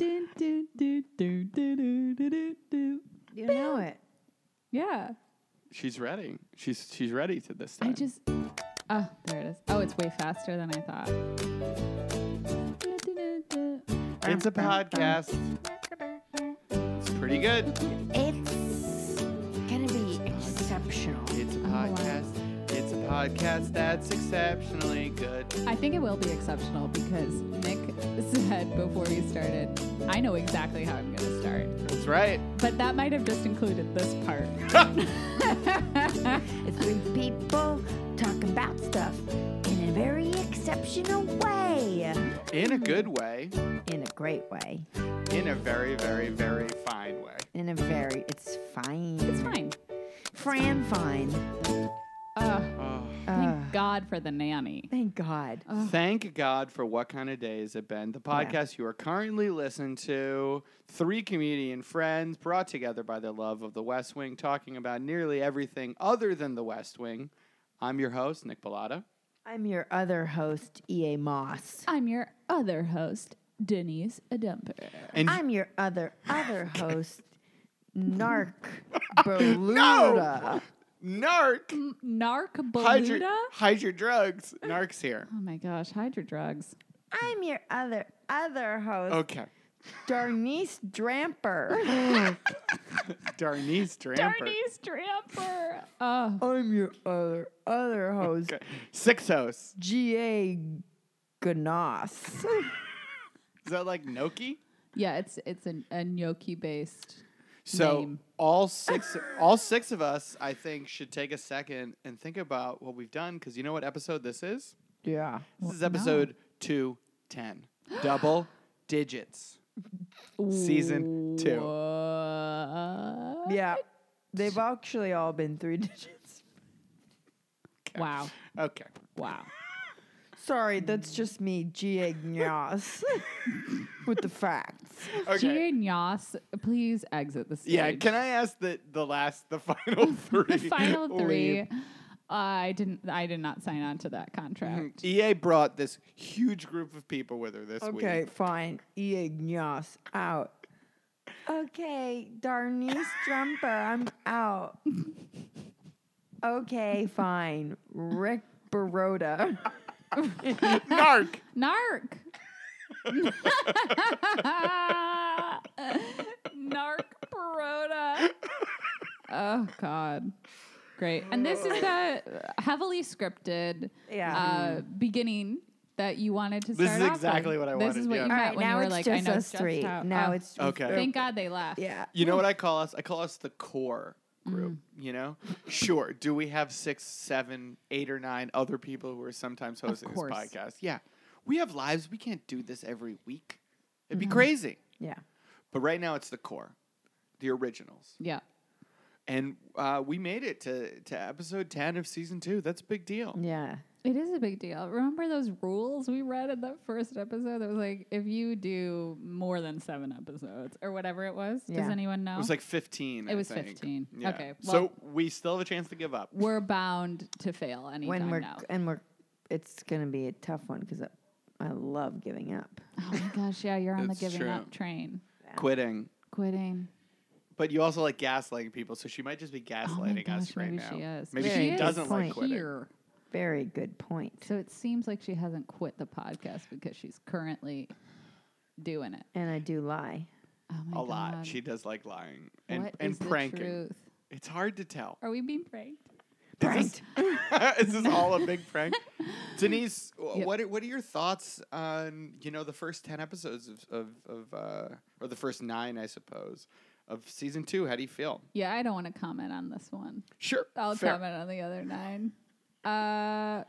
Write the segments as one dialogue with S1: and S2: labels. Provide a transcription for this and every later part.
S1: She's ready. She's she's ready to this time.
S2: I just. Oh, there it is. Oh, it's way faster than I thought.
S1: it's a podcast. It's pretty good.
S3: It's gonna be exceptional.
S1: It's a
S2: wow.
S1: podcast. It's a podcast that's exceptionally good.
S2: I think it will be exceptional because Nick said before we started, I know exactly how I'm going to start.
S1: That's right.
S2: But that might have just included this part.
S3: It's three people talking about stuff in a very exceptional way.
S1: In a good way.
S3: In a great way.
S1: In a very, very, very fine way.
S3: In a very, it's fine.
S2: it's fine.
S3: Fran fine.
S2: Uh,
S1: Oh.
S3: Uh,
S2: thank God for the nanny.
S3: Thank God.
S2: Ugh.
S1: Thank God for What Kind of Day Is It Been? The podcast you are currently listening to. Three comedian friends brought together by the love of the West Wing, talking about nearly everything other than the West Wing. I'm your host, Nick Pallotta.
S3: I'm your other host, EA Moss.
S2: I'm your other host, Denise Adumper.
S1: And
S3: I'm your other other host, Narc Beluda.
S1: Narc,
S2: Narc
S1: hide your,
S2: Beluda?
S1: hide your drugs. Narc's here.
S2: Oh my gosh, hide your drugs.
S3: I'm your other other host,
S1: Okay.
S3: Darnice Dramper.
S1: Darnice Dramper.
S2: Darnice Dramper. Oh,
S3: I'm your other other host,
S1: Okay. Six hosts.
S3: G.A. Gnoss.
S1: Is that like Noki?
S2: yeah, it's it's an, a gnocchi based.
S1: So
S2: Name.
S1: all six, all six of us, I think, should take a second and think about what we've done because you know what episode this is.
S3: yeah.
S1: This is
S2: no.
S1: episode two ten, double digits. Season two.
S2: What?
S3: Yeah. They've actually all been three digits.
S2: Wow.
S1: Okay,
S2: Wow.
S3: Sorry, that's just me, G.A. Gnoss, with the facts.
S1: okay.
S2: Genius, please exit the stage.
S1: Yeah, can I ask the the last, the final three?
S2: the final three.
S1: leave?
S2: I didn't. I did not sign on to that
S1: Mm-hmm.
S2: contract.
S1: EA E brought this huge group of people with her this week.
S3: Okay, fine. Ignos out. Okay, Darnice Jumper, I'm out. Okay, fine. Rick Baroda.
S1: Narc.
S2: Narc. Narc Baroda. Oh God. Great. And this is the heavily scripted
S3: Yeah.
S2: uh, beginning that you wanted to
S1: This
S2: start
S1: is
S2: off with.
S1: exactly what I
S2: This
S1: wanted,
S2: is what
S1: yeah.
S2: you
S1: All
S2: meant
S3: right,
S2: when you
S3: now
S2: were
S3: it's
S2: like, I
S3: just
S2: know
S3: us
S2: just
S3: three.
S2: how-
S3: Now
S2: oh,
S3: it's just
S1: Okay.
S2: Thank God they left.
S3: Yeah.
S1: You know what I call us? I call us the core group,
S2: Mm.
S1: you know? Sure. Do we have six, seven, eight, or nine other people who are sometimes hosting this
S2: course.
S1: podcast? Yeah. We have lives. We can't do this every week. It'd
S2: Mm-hmm.
S1: be crazy.
S3: Yeah.
S1: But right now, it's the core, the originals.
S2: Yeah.
S1: And uh, we made it to, to episode 10 of season two. That's a big deal.
S3: Yeah.
S2: It is a big deal. Remember those rules we read in that first episode? That was like, if you do more than seven episodes or whatever it was,
S3: Yeah.
S2: does anyone know?
S1: It was like 15.
S2: It
S1: I
S2: was
S1: think.
S2: 15.
S1: Yeah.
S2: Okay,
S1: so
S2: well-
S1: we still have a chance to give up.
S2: we're bound to fail anytime
S3: When we're
S2: now.
S3: and we're it's gonna be a tough one because I, I love giving up.
S2: Oh my gosh, yeah, you're on the
S1: That's
S2: giving
S1: true.
S2: up train.
S1: Quitting.
S2: Quitting.
S1: But you also like gaslighting people, so she might just be
S2: Oh my
S1: gaslighting us
S2: gosh,
S1: right
S2: maybe
S1: now.
S2: she is.
S1: Maybe
S3: She
S1: she
S3: is
S1: doesn't like
S3: point
S1: quitting.
S2: Here.
S3: Very good point.
S2: So it seems like she hasn't quit the podcast because she's currently doing it.
S3: And I do lie.
S2: Oh my
S1: a lot.
S2: God.
S1: She does like lying and
S2: What
S1: and
S2: is the
S1: pranking.
S2: truth?
S1: It's hard to tell.
S2: Are we being pranked?
S3: Pranked.
S1: is this all a big prank? Denise, w-
S2: Yep.
S1: what are, what are your thoughts on you know the first ten episodes of of, of uh, or the first nine, I suppose, of season two? How do you feel?
S2: Yeah, I don't want to comment on this one.
S1: Sure,
S2: I'll
S1: fair.
S2: comment on the other nine. Uh,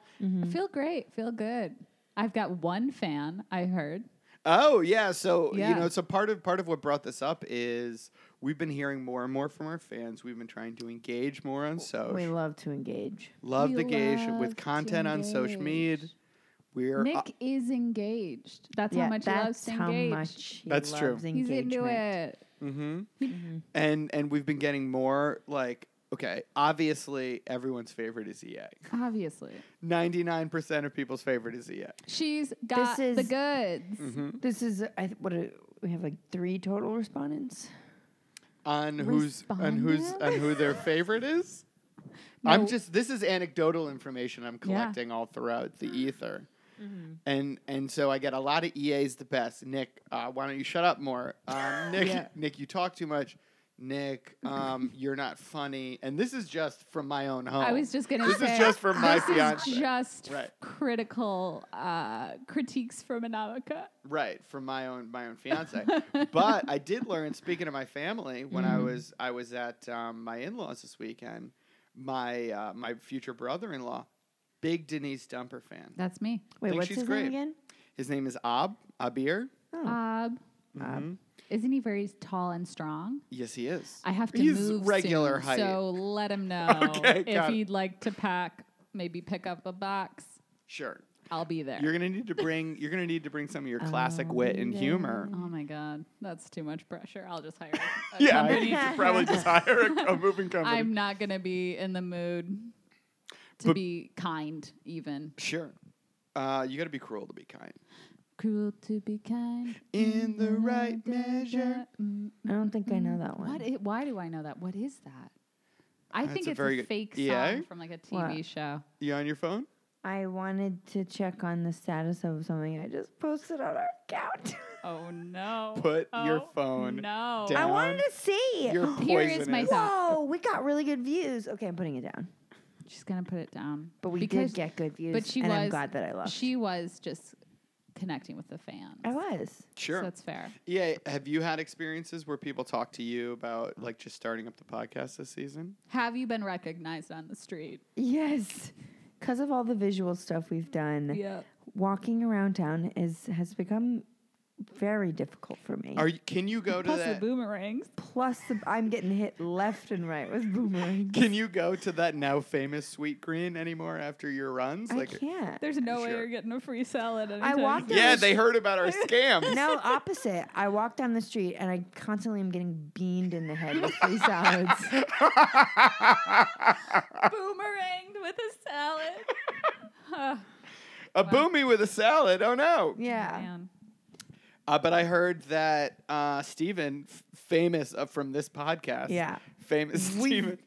S2: Feel great. Feel good. I've got one fan I heard.
S1: Oh yeah, so you
S2: Yeah.
S1: know, so part of part of what brought this up is we've been hearing more and more from our fans. We've been trying to engage more on social.
S3: We love to engage.
S1: love
S2: We
S1: the gauge
S2: love
S1: with
S2: to
S1: content on social media.
S2: engage.
S1: We're
S2: Nick
S1: uh,
S2: is engaged. That's how much he loves
S3: that's
S2: to
S3: how
S2: engage.
S3: much he
S1: That's true.
S3: loves
S2: He's into
S3: engagement.
S2: it.
S1: mhm. and and we've been getting more like okay, obviously everyone's favorite is EA.
S2: Obviously,
S1: Ninety nine percent of people's favorite is E EA.
S2: she's got the
S3: is-
S2: goods.
S1: Mm-hmm.
S3: This is I th- what uh, we have like three total respondents.
S1: On who's on who's on who their favorite is. I'm
S2: No.
S1: just this is anecdotal information I'm
S2: Yeah. Mm-hmm.
S1: collecting all throughout the ether. And and so I get a lot of EA's the best. Nick, uh, why don't you shut up more? Um, Nick,
S2: Yeah.
S1: Nick, you talk too much. Nick, um, you're not funny. And this is just from my own home.
S2: I was just gonna
S1: Oh. This is
S2: say
S1: just from my
S2: this is
S1: fiancé.
S2: just
S1: Right.
S2: critical uh, critiques from Anamika.
S1: right from my own my own fiance. but I did learn. Speaking of my family, when I
S2: Mhm.
S1: was I was at um, my in laws this weekend, my uh, my future brother in law, big Denise Dumper fan.
S2: That's me.
S1: Think
S3: Wait, what's
S1: she's
S3: his
S1: great.
S3: name again?
S1: His name is Ab Abir.
S3: Oh.
S2: Um,
S1: Mhm.
S2: isn't he very tall and strong?
S1: Yes, he is.
S2: I have to
S1: He's
S2: move
S1: regular
S2: soon,
S1: height.
S2: so let him know
S1: Okay,
S2: if
S1: got it.
S2: he'd like to pack. Maybe pick up a box.
S1: Sure.
S2: I'll be there.
S1: You're gonna need to bring you're gonna need to bring some of your classic wit and humor.
S2: oh my god, that's too much pressure. I'll just hire. A
S1: Yeah,
S2: company.
S1: you should probably just hire a, a moving company.
S2: I'm not gonna be in the mood to
S1: But-
S2: be kind, even
S1: sure. Uh, you got to be cruel to be kind.
S2: cruel to be kind. Mm-hmm.
S1: In the right measure.
S3: I don't think I know that one.
S2: What? i why do I know that? What is that? I
S1: That's
S2: think
S1: a
S2: it's
S1: very
S2: a
S1: good-
S2: fake
S1: Yeah?
S2: song from like a TV
S3: What?
S2: show.
S1: You on your phone?
S3: I wanted to check on the status of something I just posted on our account.
S2: Oh no!
S1: Put your
S2: Oh,
S1: phone
S2: No.
S1: down.
S3: I wanted to see.
S1: You're
S2: Here is
S1: poisonous.
S2: my thought.
S3: Whoa, we got really good views. Okay, I'm putting it down.
S2: She's gonna put it down.
S3: But we
S2: because
S3: did get good views.
S2: but she
S3: and I'm
S2: was-
S3: glad that I left.
S2: She was just connecting with the fans.
S3: I was.
S2: So
S1: Sure.
S2: that's fair.
S1: yeah. Have you had experiences where people talk to you about like just starting up the podcast this season?
S2: Have you been recognized on the street?
S3: Yes. Because of all the visual stuff we've done,
S2: Yeah.
S3: walking around town is has become very difficult for me.
S1: Are you, can you go to
S2: Plus the
S1: that?
S2: boomerangs.
S3: Plus, the, I'm getting hit left and right with boomerangs.
S1: Can you go to that now famous sweet green anymore after your runs?
S3: I can't.
S2: There's no way
S1: Sure.
S2: you're getting a free salad. Anytime.
S3: walked
S2: soon.
S3: in-
S1: yeah, they heard about our scam.
S3: No, opposite. I walk down the street and I constantly am getting beamed in the head with free salads.
S2: boomeranged with a salad. Huh.
S1: a boomy with a salad. Oh no.
S3: Yeah.
S2: Man.
S1: Uh, but I heard that uh, Steven, f- famous uh, from this podcast,
S3: Yeah.
S1: famous
S3: We-
S1: Steven,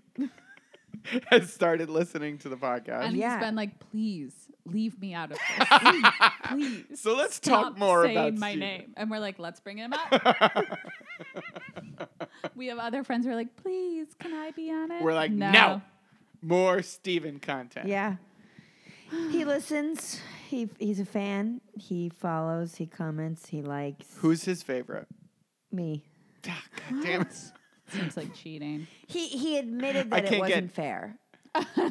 S1: has started listening to the podcast.
S2: And
S3: Yeah.
S2: he's been like, please leave me out of this. please. please
S1: so let's
S2: stop
S1: talk more
S2: saying
S1: about
S2: my
S1: Steven.
S2: name. And we're like, let's bring him up. we have other friends who are like, please, can I be on it?
S1: We're like, no, more Steven content.
S3: Yeah. He listens. He he's a fan. He follows. He comments. He likes
S1: Who's his favorite?
S3: me.
S1: Ah, God damn it.
S2: Seems like cheating.
S3: He he admitted
S1: I
S3: that it
S1: can't get-
S3: wasn't fair.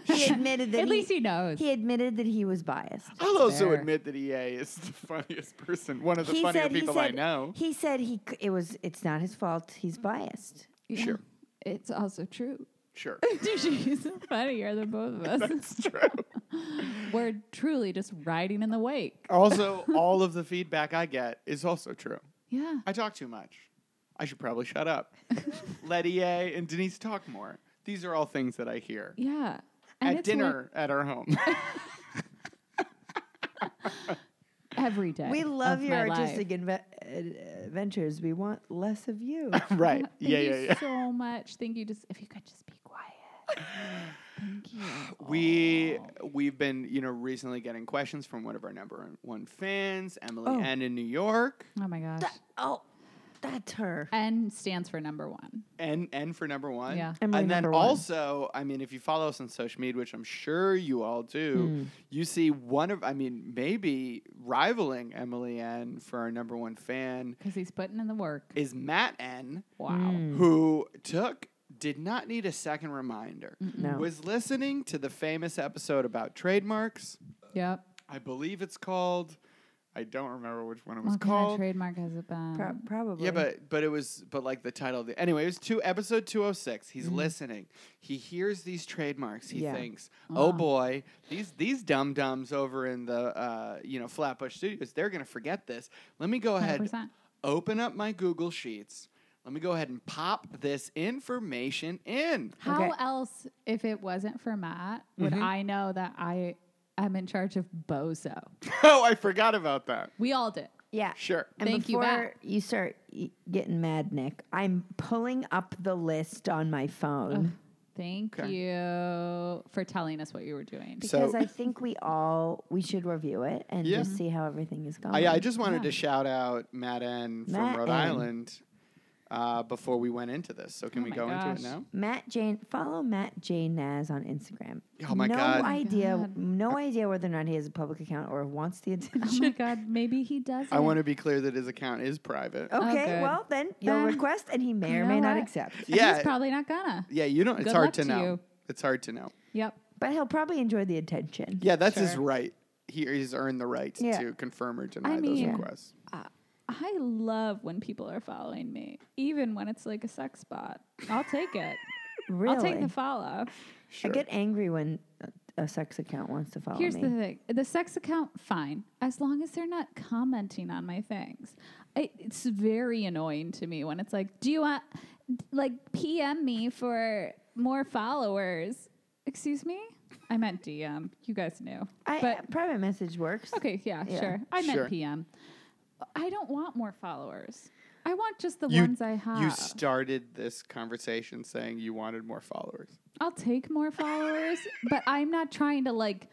S3: he admitted that
S2: At least
S3: he,
S2: he knows.
S3: he admitted that he was biased.
S1: I'll also
S2: fair.
S1: admit that EA is the funniest person, one of the
S3: he
S1: funnier
S3: said
S1: people
S3: he said
S1: I know.
S3: he said he c- it was it's not his fault. He's biased.
S2: Yeah.
S1: Sure.
S2: It's also true.
S1: Sure.
S2: She's funnier than both of us.
S1: That's true.
S2: We're truly just riding in the wake.
S1: Also, all of the feedback I get is also true.
S2: Yeah.
S1: I talk too much. I should probably shut up. Let EA and Denise talk more. These are all things that I hear
S2: Yeah.
S1: at
S2: it's like
S1: dinner at our home.
S2: every day.
S3: We love
S2: of
S3: your
S2: my
S3: artistic
S2: life.
S3: inve- uh, adventures. We want less of you.
S1: right.
S2: Thank
S1: Yeah,
S2: you
S1: yeah, yeah.
S2: so much. Thank you. Just if you could just be quiet. Thank you.
S1: We
S3: Oh.
S1: we've been, you know, recently getting questions from one of our number one fans, Emily
S3: Oh.
S1: N in New York.
S2: Oh my gosh.
S3: That- oh, that's her.
S2: N stands for number one.
S1: N N for number one.
S2: Yeah.
S3: Emily
S1: and then
S3: number one.
S1: also, I mean, if you follow us on social media, which I'm sure you all
S3: Hmm.
S1: do, you see one of I mean, maybe rivaling Emily N for our number one fan
S2: Because he's putting in the work.
S1: is Matt N.
S2: Wow.
S1: Mm.
S3: Hmm.
S1: who took did not need a second reminder.
S3: No.
S1: Was listening to the famous episode about trademarks.
S2: Yep.
S1: I believe it's called. I don't remember which one it was
S2: What kind of
S1: called.
S2: trademark has it been?
S3: Pro- probably.
S1: yeah, but but it was but like the title of the anyway, it was two episode two oh six. He's listening. He hears these trademarks. He
S3: Yeah.
S1: thinks, oh boy, these these dum dums over in the uh, you know Flatbush Studios, they're gonna forget this. Let me go ahead
S2: 100%.
S1: open up my Google Sheets. Let me go ahead and pop this information in.
S2: How
S3: Okay.
S2: else, if it wasn't for Matt, would
S1: Mm-hmm.
S2: I know that I am in charge of Bozo?
S1: oh, I forgot about that.
S2: We all did.
S3: Yeah.
S1: Sure.
S3: And
S2: Thank you,
S3: before
S2: Matt.
S3: you e, start y- getting mad, Nick, I'm pulling up the list on my phone
S2: Thank
S1: Okay.
S2: you for telling us what you were doing.
S3: Because
S1: So-
S3: I think we all we should review it and
S1: Yeah.
S3: just see how everything is going.
S1: I, I just wanted
S2: Yeah.
S1: to shout out Matt N from
S3: Um, Matt
S1: Rhode
S3: N.
S1: Island uh, before we went into this. So can
S2: Oh
S1: we
S2: my
S1: go into
S2: gosh.
S1: it now?
S3: Matt Jane follow Matt J Naz on Instagram.
S1: Oh my
S3: no
S1: God.
S3: idea,
S2: God.
S3: no idea whether or not he has a public account or wants the
S2: Oh
S3: attention.
S2: my god, maybe he does.
S1: I want to be clear that his account is private.
S2: Oh,
S3: Okay,
S2: good.
S3: well then you'll
S2: Then-
S3: request, and he may
S2: You
S3: or
S2: know
S3: may not
S2: what?
S3: accept.
S1: Yeah.
S2: He's probably not gonna.
S1: Yeah, you don't. It's
S2: Good
S1: hard
S2: luck
S1: to
S2: to
S1: know.
S2: you.
S1: It's hard to know.
S2: Yep.
S3: But he'll probably enjoy the attention.
S1: Yeah, that's his
S2: Sure.
S1: right. He, he's earned the right
S3: Yeah.
S1: to confirm or deny those
S2: mean-
S1: requests.
S2: I love when people are following me, even when it's like a sex spot. I'll take it.
S3: really.
S2: I'll take the follow.
S1: Sure.
S3: I get angry when a- a sex account wants to follow
S2: Here's
S3: me.
S2: the thing the sex account, fine, as long as they're not commenting on my things. I, it's very annoying to me when it's like, do you want, like, PM me for more followers? Excuse me? I meant DM. You guys knew.
S3: I, uh,
S2: but
S3: private message works.
S2: Okay, yeah,
S3: Yeah.
S2: sure. I meant
S1: Sure.
S2: PM. I don't want more followers. I want just the
S1: You-
S2: ones I have.
S1: You started this conversation saying you wanted more followers.
S2: I'll take more followers, but I'm not trying to like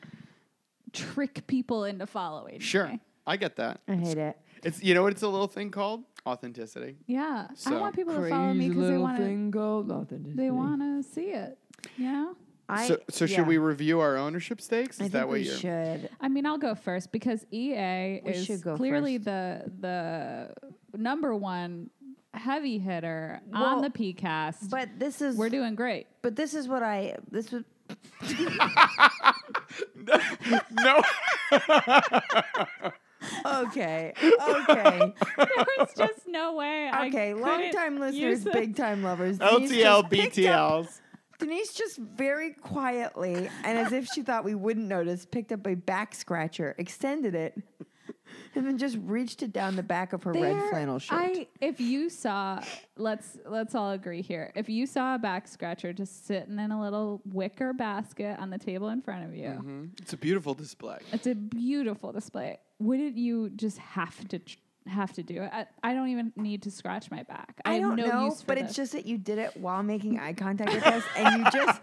S2: trick people into following.
S1: Sure.
S2: me.
S1: I get that.
S3: I hate it.
S1: It's you know what it's a little thing called? Authenticity.
S2: Yeah. I
S1: So-
S2: want people to follow me because they want to.
S3: gold
S2: They want to see it. You know.
S3: I,
S1: so so
S3: yeah.
S1: should we review our ownership stakes?
S3: I
S1: Is
S3: think
S1: that what
S3: we
S1: you're
S3: should.
S2: I mean, I'll go first because EA
S3: We
S2: is
S3: should go
S2: clearly the the number one heavy hitter
S3: Well,
S2: on the PCast.
S3: But this is
S2: We're doing great.
S3: but this is what I this was
S1: No
S3: okay. Okay.
S2: there was just no way. I
S3: okay. Long
S2: couldn't
S3: time listeners,
S2: use it.
S3: big time lovers. Denise
S1: LTL
S3: just picked up-
S1: BTLs.
S3: Denise just very quietly and as if she thought we wouldn't notice, picked up a back scratcher, extended it, and then just reached it down the back of her red
S2: There-
S3: flannel shirt.
S2: I if you saw let's let's all agree here. If you saw a back scratcher just sitting in a little wicker basket on the table in front of you,
S3: Mm-hmm.
S1: It's a beautiful display.
S2: it's a beautiful display. Wouldn't you just have to tr- have to do it? I, I don't even need to scratch my back. I,
S3: I
S2: have
S3: don't
S2: no
S3: know,
S2: use for
S3: but
S2: this.
S3: it's just that you did it while making eye contact with us, and you just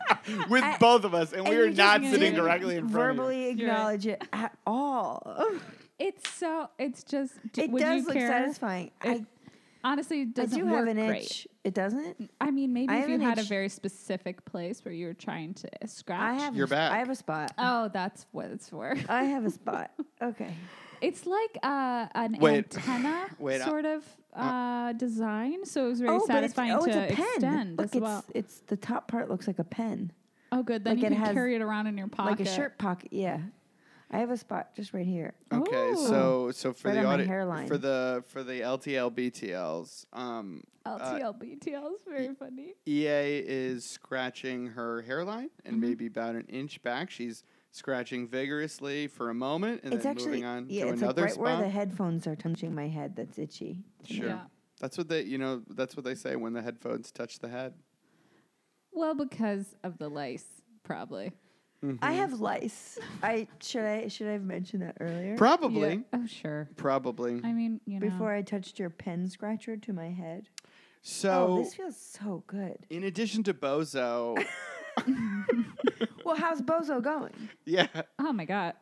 S1: With
S3: I-
S1: both of us, and, we
S3: and
S1: are
S3: you just
S1: not
S2: didn't
S1: sitting
S2: even
S1: directly in front of
S3: verbally
S2: You're right.
S3: acknowledge it at all.
S2: it's so it's just d-
S3: it
S2: would you
S3: does look
S2: care?
S3: satisfying. I,
S2: It Honestly, it
S3: I
S2: doesn't
S3: do have
S2: work
S3: an itch.
S2: great.
S3: It doesn't.
S2: I mean, maybe
S3: I
S2: if
S3: have
S2: you
S3: an
S2: had a
S3: itch.
S2: very specific place where you were trying to scratch.
S3: I have.
S1: Your
S3: a s-
S1: back.
S3: I have a spot.
S2: Oh, that's what it's for.
S3: I have a spot. Okay.
S2: It's like uh, an
S1: Wait.
S2: antenna
S1: Wait, uh,
S2: sort of uh, design, so it was very
S3: but it's-
S2: satisfying
S3: oh, it's
S2: to
S3: a pen.
S2: extend
S3: Look,
S2: as
S3: it's,
S2: well.
S3: it's the top part looks like a pen,
S2: Oh, good. Then
S3: like
S2: you
S3: it
S2: can
S3: has
S2: carry it around in your pocket.
S3: like a shirt pocket. Yeah. I have a spot just right here.
S1: you. Okay,
S2: Ooh.
S1: so so for
S3: Right
S1: the
S3: on my
S1: audi-
S3: hairline.
S1: for the for the LTL BTLs, um,
S2: LTL, BTL is very funny.
S1: EA is scratching her hairline and
S3: Mm-hmm.
S1: maybe about an inch back. She's scratching vigorously for a moment and
S3: It's
S1: then
S3: actually
S1: moving on
S3: yeah.
S1: to
S3: It's like
S1: another
S3: right where
S1: spot.
S3: the headphones are touching my head. That's itchy.
S1: sure.
S2: Yeah.
S1: That's what they you know, that's what they say when the headphones touch the head.
S2: Well, because of the lice, probably.
S1: Mm-hmm.
S3: I have lice. I should I should I have mentioned that earlier
S1: Probably.
S2: Yeah. Oh, sure.
S1: Probably.
S2: I mean, you know.
S3: before I touched your pen scratcher to my head. oh,
S1: So
S3: this feels so good.
S1: in addition to Bozo,
S3: Well, how's Bozo going?
S1: yeah,
S2: oh my god,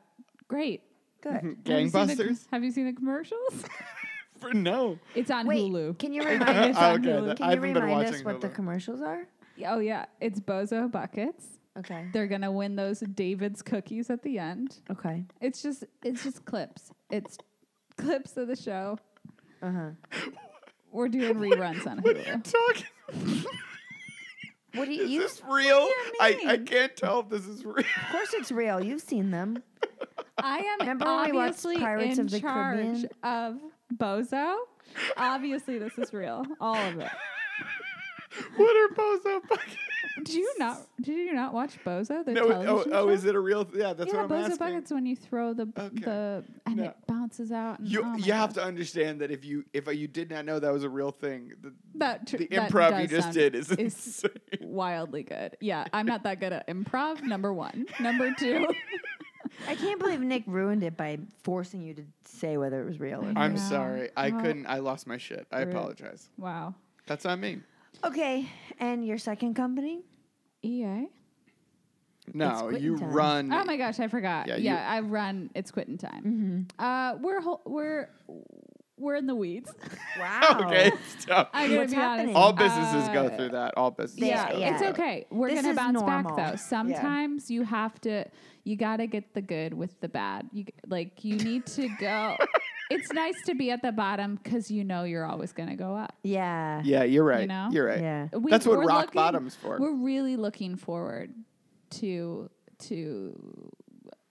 S2: great.
S1: Mm-hmm.
S3: Good.
S2: Have you seen the com-
S1: gangbusters.
S2: Have you seen the commercials?
S1: For no.
S2: it's on
S3: Wait,
S2: Hulu.
S3: can you remind us?
S1: Oh,
S2: on
S1: okay,
S2: Hulu.
S1: that-
S3: Can
S1: I
S3: you
S1: haven't been
S3: remind us
S1: watching
S3: what the
S1: Hulu.
S3: commercials are?
S2: Oh yeah, it's Bozo buckets.
S3: Okay.
S2: They're gonna win those David's cookies at the end.
S3: Okay.
S2: It's just it's just clips. It's clips of the show.
S3: Uh huh.
S2: We're doing reruns on
S1: What are you
S2: Hulu.
S1: talking?
S3: What do you? you
S1: It's real. I, I
S2: mean?
S1: can't tell if this is real.
S3: of course, it's real. You've seen them.
S2: I am
S3: Remember when we watched
S2: obviously
S3: Pirates
S2: in
S3: of the
S2: charge
S3: Caribbean?
S2: of Bozo. Obviously, this is real. All of it.
S1: what are Bozo buckets?
S2: Did you not? Did you not watch Bozo? The
S1: No, it-
S2: television
S1: oh, oh,
S2: show?
S1: is it a real? Yeah, that's
S2: yeah,
S1: what I'm
S2: Bozo
S1: asking.
S2: buckets when you throw the
S1: Okay.
S2: the and
S1: No.
S2: it bounces out. And,
S1: You
S2: oh my
S1: you have
S2: God.
S1: to understand that if you if you did not know that was a real thing, the,
S2: That tr-
S1: the
S2: that
S1: improv you
S2: does
S1: just
S2: sound-
S1: did is,
S2: is
S1: insane.
S2: wildly good. Yeah, I'm not that good at improv. Number one. Number two.
S3: I can't believe Nick ruined it by forcing you to say whether it was real or not.
S1: I'm
S2: Yeah.
S1: sorry. I
S2: Well,
S1: couldn't. I lost my shit. I
S2: Rude.
S1: apologize.
S2: wow.
S1: That's on me.
S3: Okay. And your second company?
S2: EA?
S1: No,
S3: quitting
S1: you
S3: time.
S1: run.
S2: Oh my gosh, I forgot.
S1: Mm-hmm. Yeah,
S2: Yeah,
S1: you-
S2: I run. It's quitting time.
S3: Mm-hmm.
S2: Uh, we're ho- we're we're in the weeds.
S3: Wow.
S1: okay, stop.
S2: I'm gonna
S3: What's
S2: be honest.
S3: happening?
S1: All businesses
S2: Uh,
S1: go through that. All businesses.
S2: Yeah,
S1: go
S3: yeah.
S2: it's
S1: through that.
S2: okay. We're
S3: This
S2: gonna
S3: is
S2: bounce
S3: normal.
S2: back
S3: Yeah.
S2: though. Sometimes you have to. You gotta get the good with the bad. You g- like you need to go. it's nice to be at the bottom because you know you're always gonna go up.
S3: Yeah.
S1: Yeah, you're right. You
S2: know?
S1: are right.
S3: Yeah.
S2: We-
S1: That's what
S2: we're
S1: rock
S2: looking-
S1: bottom's for.
S2: We're really looking forward to to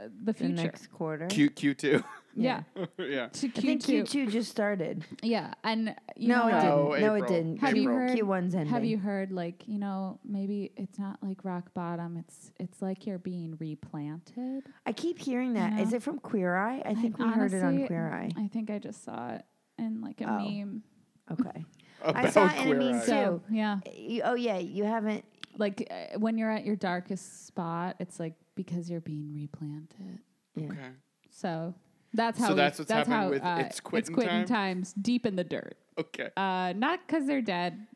S2: uh, the
S3: The
S2: future.
S3: next quarter.
S1: Q Q two.
S2: yeah.
S1: yeah.
S2: To
S3: I
S2: Q2.
S3: think Q2 just started.
S2: Yeah, and you know,
S3: No, it
S2: um,
S3: didn't.
S1: No,
S3: No, it
S1: Oh, April.
S3: didn't.
S2: Have you
S1: April.
S2: heard?
S3: Q1's ending.
S2: Have you heard like you know maybe it's not like rock bottom. It's it's like you're being replanted.
S3: I keep hearing that. Is
S2: Yeah.
S3: it from Queer Eye? I think we
S2: And
S3: heard it on
S2: honestly,
S3: Queer Eye.
S2: I think I just saw it in like a
S3: Oh.
S2: meme.
S3: Okay.
S1: About
S3: I saw it and it
S1: queer
S3: means
S1: eye.
S3: so-
S2: So yeah,
S3: You- oh yeah, you haven't.
S2: like uh, when you're at your darkest spot, it's like because you're being replanted.
S1: Okay.
S2: So that's
S1: So
S2: how. we-
S1: that's what's happened
S2: how,
S1: with
S2: uh,
S1: It's Quittin' Time?
S2: times deep in the dirt.
S1: Okay.
S2: Uh, not because they're dead,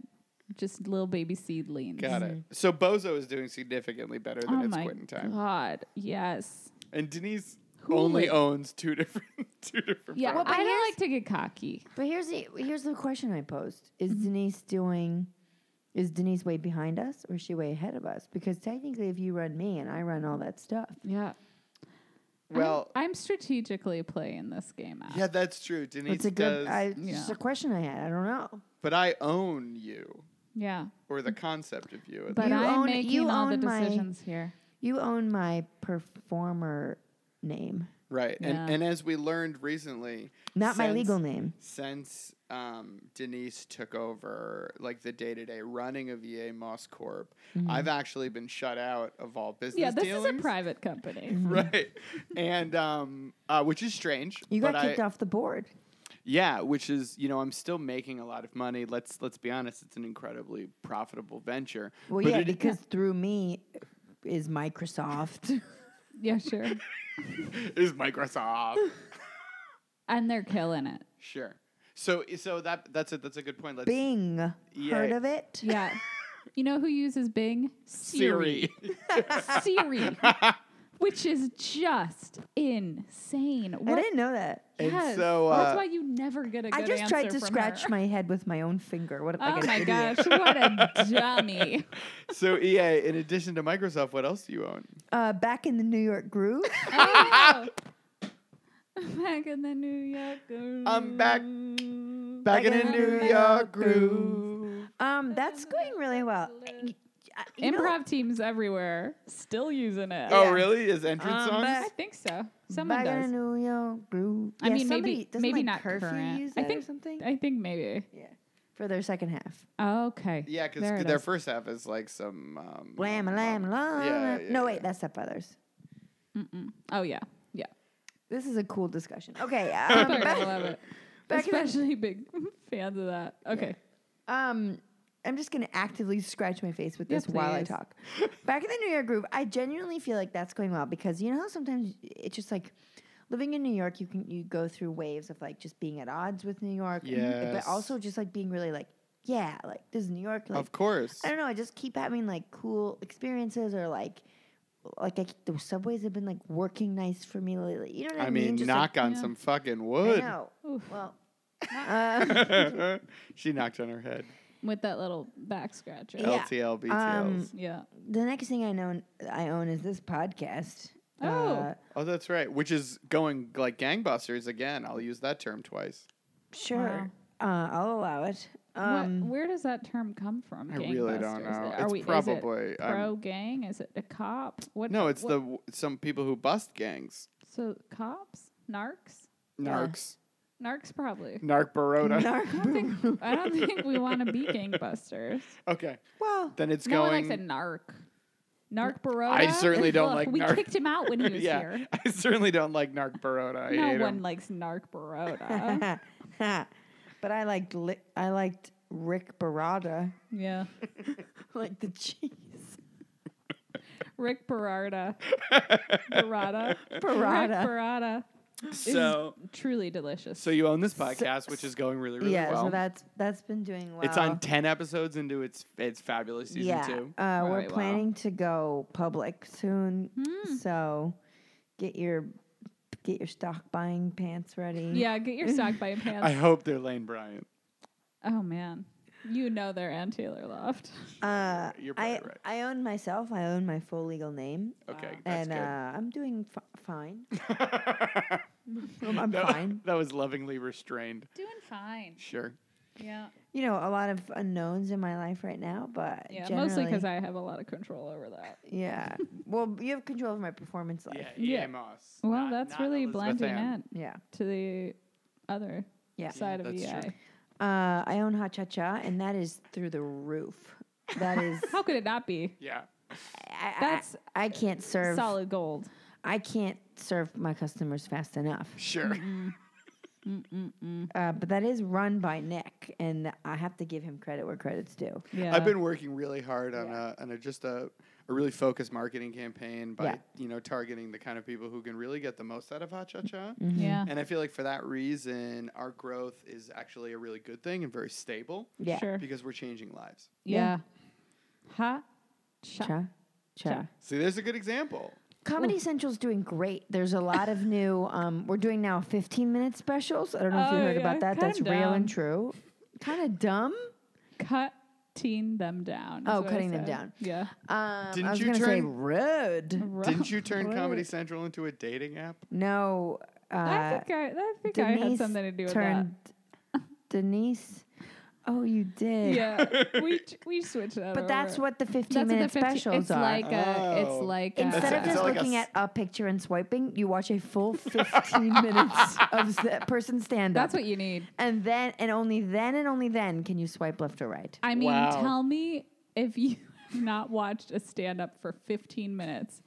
S2: just little baby seedlings.
S1: Got it. So Bozo is doing significantly better than
S2: Mm-hmm. Oh
S1: it's
S2: my
S1: quitting time.
S2: god! Yes.
S1: And Denise
S2: Who
S1: only
S2: would-
S1: owns two different two different
S2: Yeah,
S1: pro-
S3: but
S2: I don't
S3: here's-
S2: like to get cocky.
S3: But here's the here's the question I posed: Is Denise doing? Is Denise way behind us, or is she way ahead of us? Because technically, if you run me and I run all that stuff,
S2: Yeah.
S1: Well,
S2: I'm, strategically playing this game out.
S1: yeah, that's true. Denise
S3: it's a
S1: does
S3: good. I, it's
S2: yeah.
S3: just a question I had. I don't know.
S1: but I own you
S2: Yeah.
S1: or the concept of you. at
S2: But
S3: You
S2: I'm
S3: own-
S2: making
S3: you
S2: all the
S3: own my-
S2: decisions here.
S3: You own my performer name,
S1: Right.
S2: Yeah.
S1: And and as we learned recently,
S3: not my
S1: since-
S3: legal name.
S1: Since um, Denise took over like the day-to-day running of EA Moss Corp, I've actually been shut out of all business
S2: Mm-hmm. Yeah, this is
S1: dealings.
S2: a private company.
S3: Mm-hmm.
S1: right. And um uh, which is strange.
S3: You got
S1: but
S3: kicked
S1: I,
S3: off the board.
S1: Yeah, which is, you know, I'm still making a lot of money. Let's let's be honest, it's an incredibly profitable venture.
S3: Well,
S1: But
S3: yeah,
S1: it-
S3: because through me is Microsoft.
S2: yeah, sure.
S1: is Microsoft.
S2: And they're killing it.
S1: sure. So so that that's a that's a good point. Let's
S3: Bing. Heard
S1: Yeah.
S3: of it?
S2: Yeah. you know who uses Bing?
S1: Siri.
S2: Siri. Which is just insane.
S3: I
S2: What?
S3: didn't know that.
S1: And
S2: yes.
S1: so,
S2: that's
S1: uh,
S2: why you never get a good
S3: I just tried
S2: answer
S3: to
S2: from
S3: scratch
S2: her.
S3: my head with my own finger. What like
S2: Oh
S3: an
S2: my
S3: idiot.
S2: gosh, what a dummy.
S1: so EA, in addition to Microsoft, what else do you own?
S3: Uh, back in the New York groove.
S2: Oh. Back in the New York.
S1: I'm back back in
S3: Mm, in
S1: a
S3: the
S1: New
S3: New
S1: York
S3: York
S1: groove.
S3: um, that's going really well. I- y- I- you know,
S2: Improv teams everywhere still using it.
S1: Oh
S3: Yeah.
S1: really? Is entrance
S3: Um,
S1: songs?
S2: I think so. Someone
S3: back in
S2: does.
S3: the New York groove.
S2: I
S3: Yeah,
S2: mean,
S3: somebody,
S2: maybe
S3: doesn't,
S2: maybe
S3: like,
S2: not
S3: curfew
S2: current.
S3: Use
S2: I
S3: that or
S2: think
S3: something
S2: I think maybe.
S3: for their second half.
S2: Oh, okay.
S1: yeah, because
S2: There it
S1: their
S2: is.
S1: first half is like some um,
S3: Blam,
S1: um,
S3: lam,
S1: um,
S3: lam.
S1: yeah, yeah,
S3: no,
S1: yeah.
S3: wait, that's Step Brothers.
S2: Mm-mm. Oh yeah, yeah.
S3: This is a cool discussion. Okay.
S2: I
S3: Um,
S2: love
S3: back,
S2: it.
S3: back in the
S2: Especially big fans of that. Okay.
S3: Um, I'm just gonna actively scratch my face with
S2: Yeah,
S3: this while I
S2: please.
S3: talk. Back in the New York groove, I genuinely feel like that's going well because you know how sometimes it's just like living in New York, you can you go through waves of like just being at odds with New York, and-
S1: Yes.
S3: but also just like being really like, yeah, like this is New York. Like,
S1: Of course.
S3: I don't know. I just keep having like cool experiences or like. Like I, the subways have been like working nice for me lately. You know what I,
S1: I mean,
S3: Just,
S1: knock
S3: like,
S1: on
S2: yeah.
S1: some fucking
S3: I
S1: wood.
S3: know.
S2: Oof.
S3: Well, uh,
S1: she knocked on her head.
S2: With that little back scratcher.
S3: Yeah.
S1: LTL BTLs.
S3: Um,
S2: Yeah.
S3: the next thing I know I own is this podcast. Uh,
S2: Oh.
S1: oh, that's right. Which is going like gangbusters again. I'll use that term twice.
S3: sure. Uh, I'll allow it.
S2: What-
S3: Um,
S2: where does that term come from?
S1: I really
S2: Gangbusters?
S1: don't know.
S2: Are
S1: it's
S2: we,
S1: probably
S2: is it
S1: I'm-
S2: pro gang? Is it a cop? What?
S1: no. It's
S2: what-
S1: the w- some people who bust gangs.
S2: so cops, narcs,
S3: Yeah.
S1: Narcs.
S2: narcs probably.
S1: Narc Baroda.
S2: I don't think I don't think we want to be gangbusters.
S1: okay.
S3: well,
S1: Then it's
S2: No one
S1: going.
S2: likes a narc. Narc Baroda.
S1: certainly don't
S2: Look,
S1: like
S2: We
S1: narc-
S2: kicked him out when he was
S1: yeah.
S2: here.
S1: I certainly don't like Narc Baroda. I hate
S2: No
S1: him.
S2: one likes narc Baroda.
S3: but I liked li- I liked Rick Barada,
S2: yeah,
S3: like the cheese.
S2: Rick Barada. Barada. Rick
S3: Barada.
S2: Barada.
S1: So,
S2: Truly delicious.
S1: so you own this podcast, which is going really, really
S3: yeah,
S1: well.
S3: so that's that's been doing well.
S1: It's on ten episodes into its its fabulous season
S3: yeah,
S1: two.
S3: Uh,
S2: All
S3: we're
S2: right, wow. Hmm.
S3: planning to go public soon, so get your get your stock buying pants ready.
S2: yeah, get your sock by pants.
S1: I hope they're Lane Bryant.
S2: oh man, you know they're Ann Taylor Loft.
S3: uh,
S1: You're
S3: I
S1: probably right.
S3: I own myself. I own my full legal name,
S1: Okay, that's
S3: and uh, I'm doing f- fine.
S1: good.
S3: I'm, I'm
S1: that,
S3: fine.
S1: That was lovingly restrained.
S2: Doing fine.
S1: Sure.
S2: Yeah.
S3: You know, a lot of unknowns in my life right now, but
S2: Yeah, mostly because
S3: generally-
S2: I have a lot of control over that.
S3: yeah. well, you have control of my performance life.
S1: Yeah,
S2: Yeah.
S1: yeah. Moss.
S2: Well,
S1: not-
S2: that's
S1: not
S2: really
S1: Elizabeth
S2: blinding
S1: Ann.
S2: Ant
S3: Yeah.
S2: to the other
S3: Yeah.
S2: side of E
S1: that's
S2: EI.
S1: true.
S3: Uh, I own Ha Cha Cha, and that is through the roof. That is,
S2: How could it not be?
S1: Yeah.
S3: I,
S2: That's
S3: That's I, I can't serve.
S2: Solid gold.
S3: I can't serve my customers fast enough.
S1: Sure.
S2: Mm-hmm.
S3: Uh, but that is run by Nick, and I have to give him credit where credit's due.
S2: Yeah.
S1: I've been working really hard on a on a just a, a really focused marketing campaign by
S3: Yeah.
S1: you know targeting the kind of people who can really get the most out of Ha Cha Cha.
S2: Yeah.
S1: And I feel like for that reason, our growth is actually a really good thing and very stable
S3: Yeah.
S2: Sure.
S1: because we're changing lives.
S2: Yeah. Ha. Cha.
S3: Cha Cha.
S1: See, there's a good example.
S3: Comedy Central's doing great. There's a lot of new. Um, we're doing now 15 minute specials. I don't know if you
S2: Oh,
S3: heard
S2: yeah.
S3: about that.
S2: Cut 'em
S3: That's real
S2: down.
S3: and true. Kind of dumb.
S2: Cutting them down. is
S3: Oh,
S2: what I
S3: cutting them
S2: said.
S3: down.
S2: Yeah.
S3: Um,
S1: Didn't
S3: I was
S1: you
S3: gonna say
S1: turn-
S3: rude.
S2: Ro-
S1: Didn't you turn Comedy
S2: Right.
S1: Central into a dating app?
S3: No. Uh,
S2: I think I, I think I had something to do with
S3: turned Denise. Oh, you
S2: that.
S3: did.
S2: Yeah, we ch- we switched that.
S3: But that's
S2: over.
S3: what the 15
S2: that's
S3: minute
S2: what the 15
S3: specials
S2: it's
S3: are.
S2: Like a,
S1: Oh.
S2: It's like
S3: Instead
S1: It's a-
S3: of
S2: a-
S3: just
S1: all like a
S3: looking
S1: s-
S3: at a picture and swiping, you watch a full 15 minutes of that person stand up.
S2: that's what you need.
S3: and then and only then and only then can you swipe left or right.
S2: I mean,
S1: Wow.
S2: tell me if you have not watched a stand up for 15 minutes,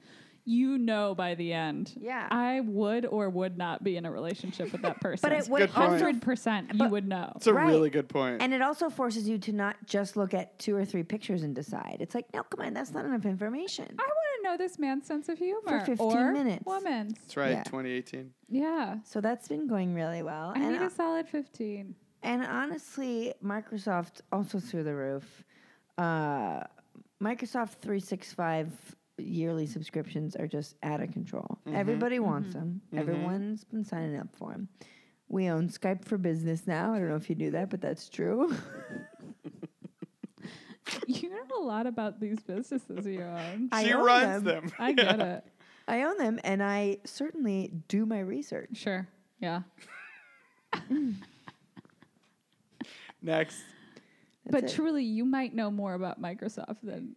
S2: you know by the end.
S3: Yeah.
S2: I would or would not be in a relationship with that person.
S3: But it would
S1: Good point.
S3: also
S2: 100% you
S3: but-
S2: would know.
S1: It's a
S3: Right.
S1: really good point.
S3: and it also forces you to not just look at two or three pictures and decide. It's like, no, come on, that's not enough information.
S2: I want to know this man's sense of humor.
S3: 15
S2: or
S3: minutes.
S2: Woman's.
S1: That's right,
S3: yeah.
S1: 2018.
S2: Yeah.
S3: So that's been going really well.
S2: I
S3: and
S2: need a solid 15.
S3: And honestly, Microsoft also through the roof. Uh, Microsoft 365 yearly subscriptions are just out of control.
S1: Mm-hmm.
S3: Everybody wants them. Everyone's been signing up for them. We own Skype for Business now. I don't know if you knew that, but that's true.
S2: You know a lot about these businesses you own.
S3: I
S1: she
S3: own
S1: runs
S3: them.
S1: them.
S2: I get it.
S3: I own them, and I certainly do my research.
S2: Sure. Yeah.
S1: Next.
S2: but
S3: That's it.
S2: truly, you might know more about Microsoft than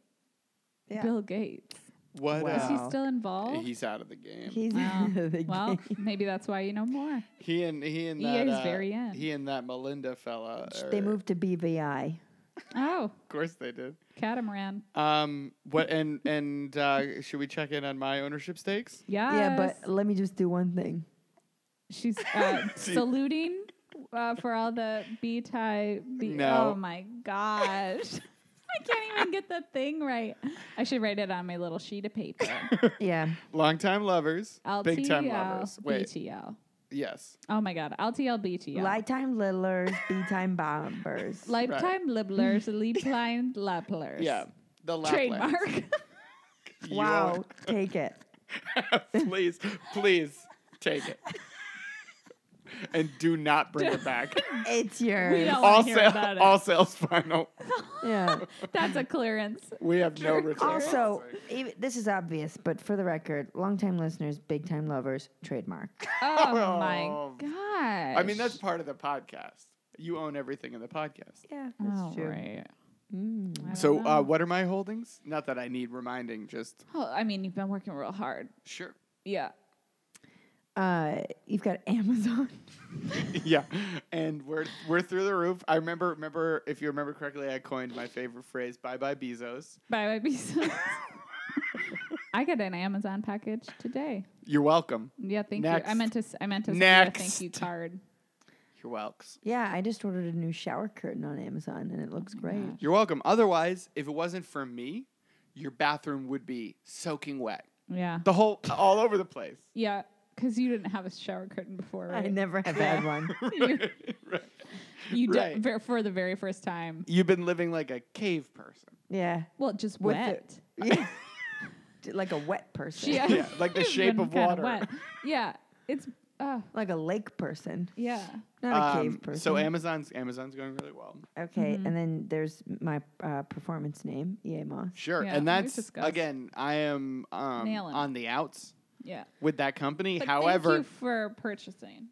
S3: Yeah.
S2: Bill Gates.
S1: What?
S3: Wow.
S2: Is he
S1: uh,
S2: still involved?
S1: He's out of the game.
S3: He's
S2: Wow.
S3: the
S2: well,
S3: game.
S2: maybe that's why you know more.
S1: He and he and
S2: EA
S1: that
S2: is
S1: uh,
S2: very in.
S1: he and that Melinda fella.
S3: They
S1: are-
S3: moved to BVI.
S2: Oh,
S1: Of course they did.
S2: catamaran.
S1: Um. What and and uh, should we check in on my ownership stakes?
S2: Yes.
S3: Yeah, but let me just do one thing.
S2: she's uh, saluting uh, for all the B tie. B-
S1: No.
S2: Oh my gosh. I can't even get the thing right. I should write it on my little sheet of paper.
S3: Yeah.
S1: Longtime lovers,
S2: LTL,
S1: big time lovers. Wait,
S2: BTL.
S1: yes,
S2: Oh my God. LTL, BTL.
S3: Light time littlers, B time bombers.
S2: Lifetime libblers, leapline lapplers.
S1: yeah, the lap
S2: Trademark.
S1: laps. You
S3: Wow, take it.
S1: are- please, please take it, and do not bring it back.
S3: It's
S2: we
S3: yours.
S2: don't
S1: all
S2: want to hear
S1: sales,
S2: about it.
S1: all sales final.
S3: Yeah.
S2: That's a clearance.
S1: We have no return.
S3: also, even, this is obvious, but for the record, longtime listeners, big time lovers, trademark.
S2: Oh
S1: Oh.
S2: my gosh.
S1: I mean that's part of the podcast. You own everything in the podcast.
S3: Yeah,
S2: oh, right. I don't
S1: So, uh,
S2: know.
S1: what are my holdings? Not that I need reminding, just
S2: Oh, I mean, you've been working real hard.
S1: sure.
S2: Yeah.
S3: Uh, you've got Amazon.
S1: yeah, and we're we're through the roof. I remember remember if you remember correctly, I coined my favorite phrase, "Bye bye Bezos."
S2: Bye bye pieces. I got an Amazon package today.
S1: You're welcome.
S2: Yeah, thank you. I
S1: Next.
S2: meant to. s- I meant to send you a thank you
S1: Next.
S2: card.
S1: You're welks.
S3: Yeah, I just ordered a new shower curtain on Amazon, and it looks
S2: Oh
S3: great.
S1: You're welcome. Otherwise, if it wasn't for me, your bathroom would be soaking wet.
S2: Yeah.
S1: The whole all over the place.
S2: Yeah. because you didn't have a shower curtain before,
S3: I
S2: right?
S3: never have had one.
S2: you you de-
S1: Right.
S2: ver- for the very first time.
S1: You've been living like a cave person.
S3: Yeah.
S2: Well, just
S3: With
S2: wet.
S3: it. Yeah. like a wet person.
S2: She-
S1: Yeah, like the
S2: it's
S1: shape
S2: been
S1: of
S2: kinda
S1: water.
S2: wet. Yeah, it's uh,
S3: Like a lake person,
S2: yeah.
S3: not a
S1: Um,
S3: cave person.
S1: So Amazon's Amazon's going really well.
S3: okay,
S2: Mm-hmm.
S3: and then there's my uh, performance name, EA Moss.
S1: Sure,
S2: Yeah,
S1: and
S2: we've
S1: that's
S2: discussed.
S1: again, I am um,
S2: Nailing it.
S1: on the outs
S2: Yeah.
S1: with that company.
S2: But
S1: However,
S2: thank you for purchasing.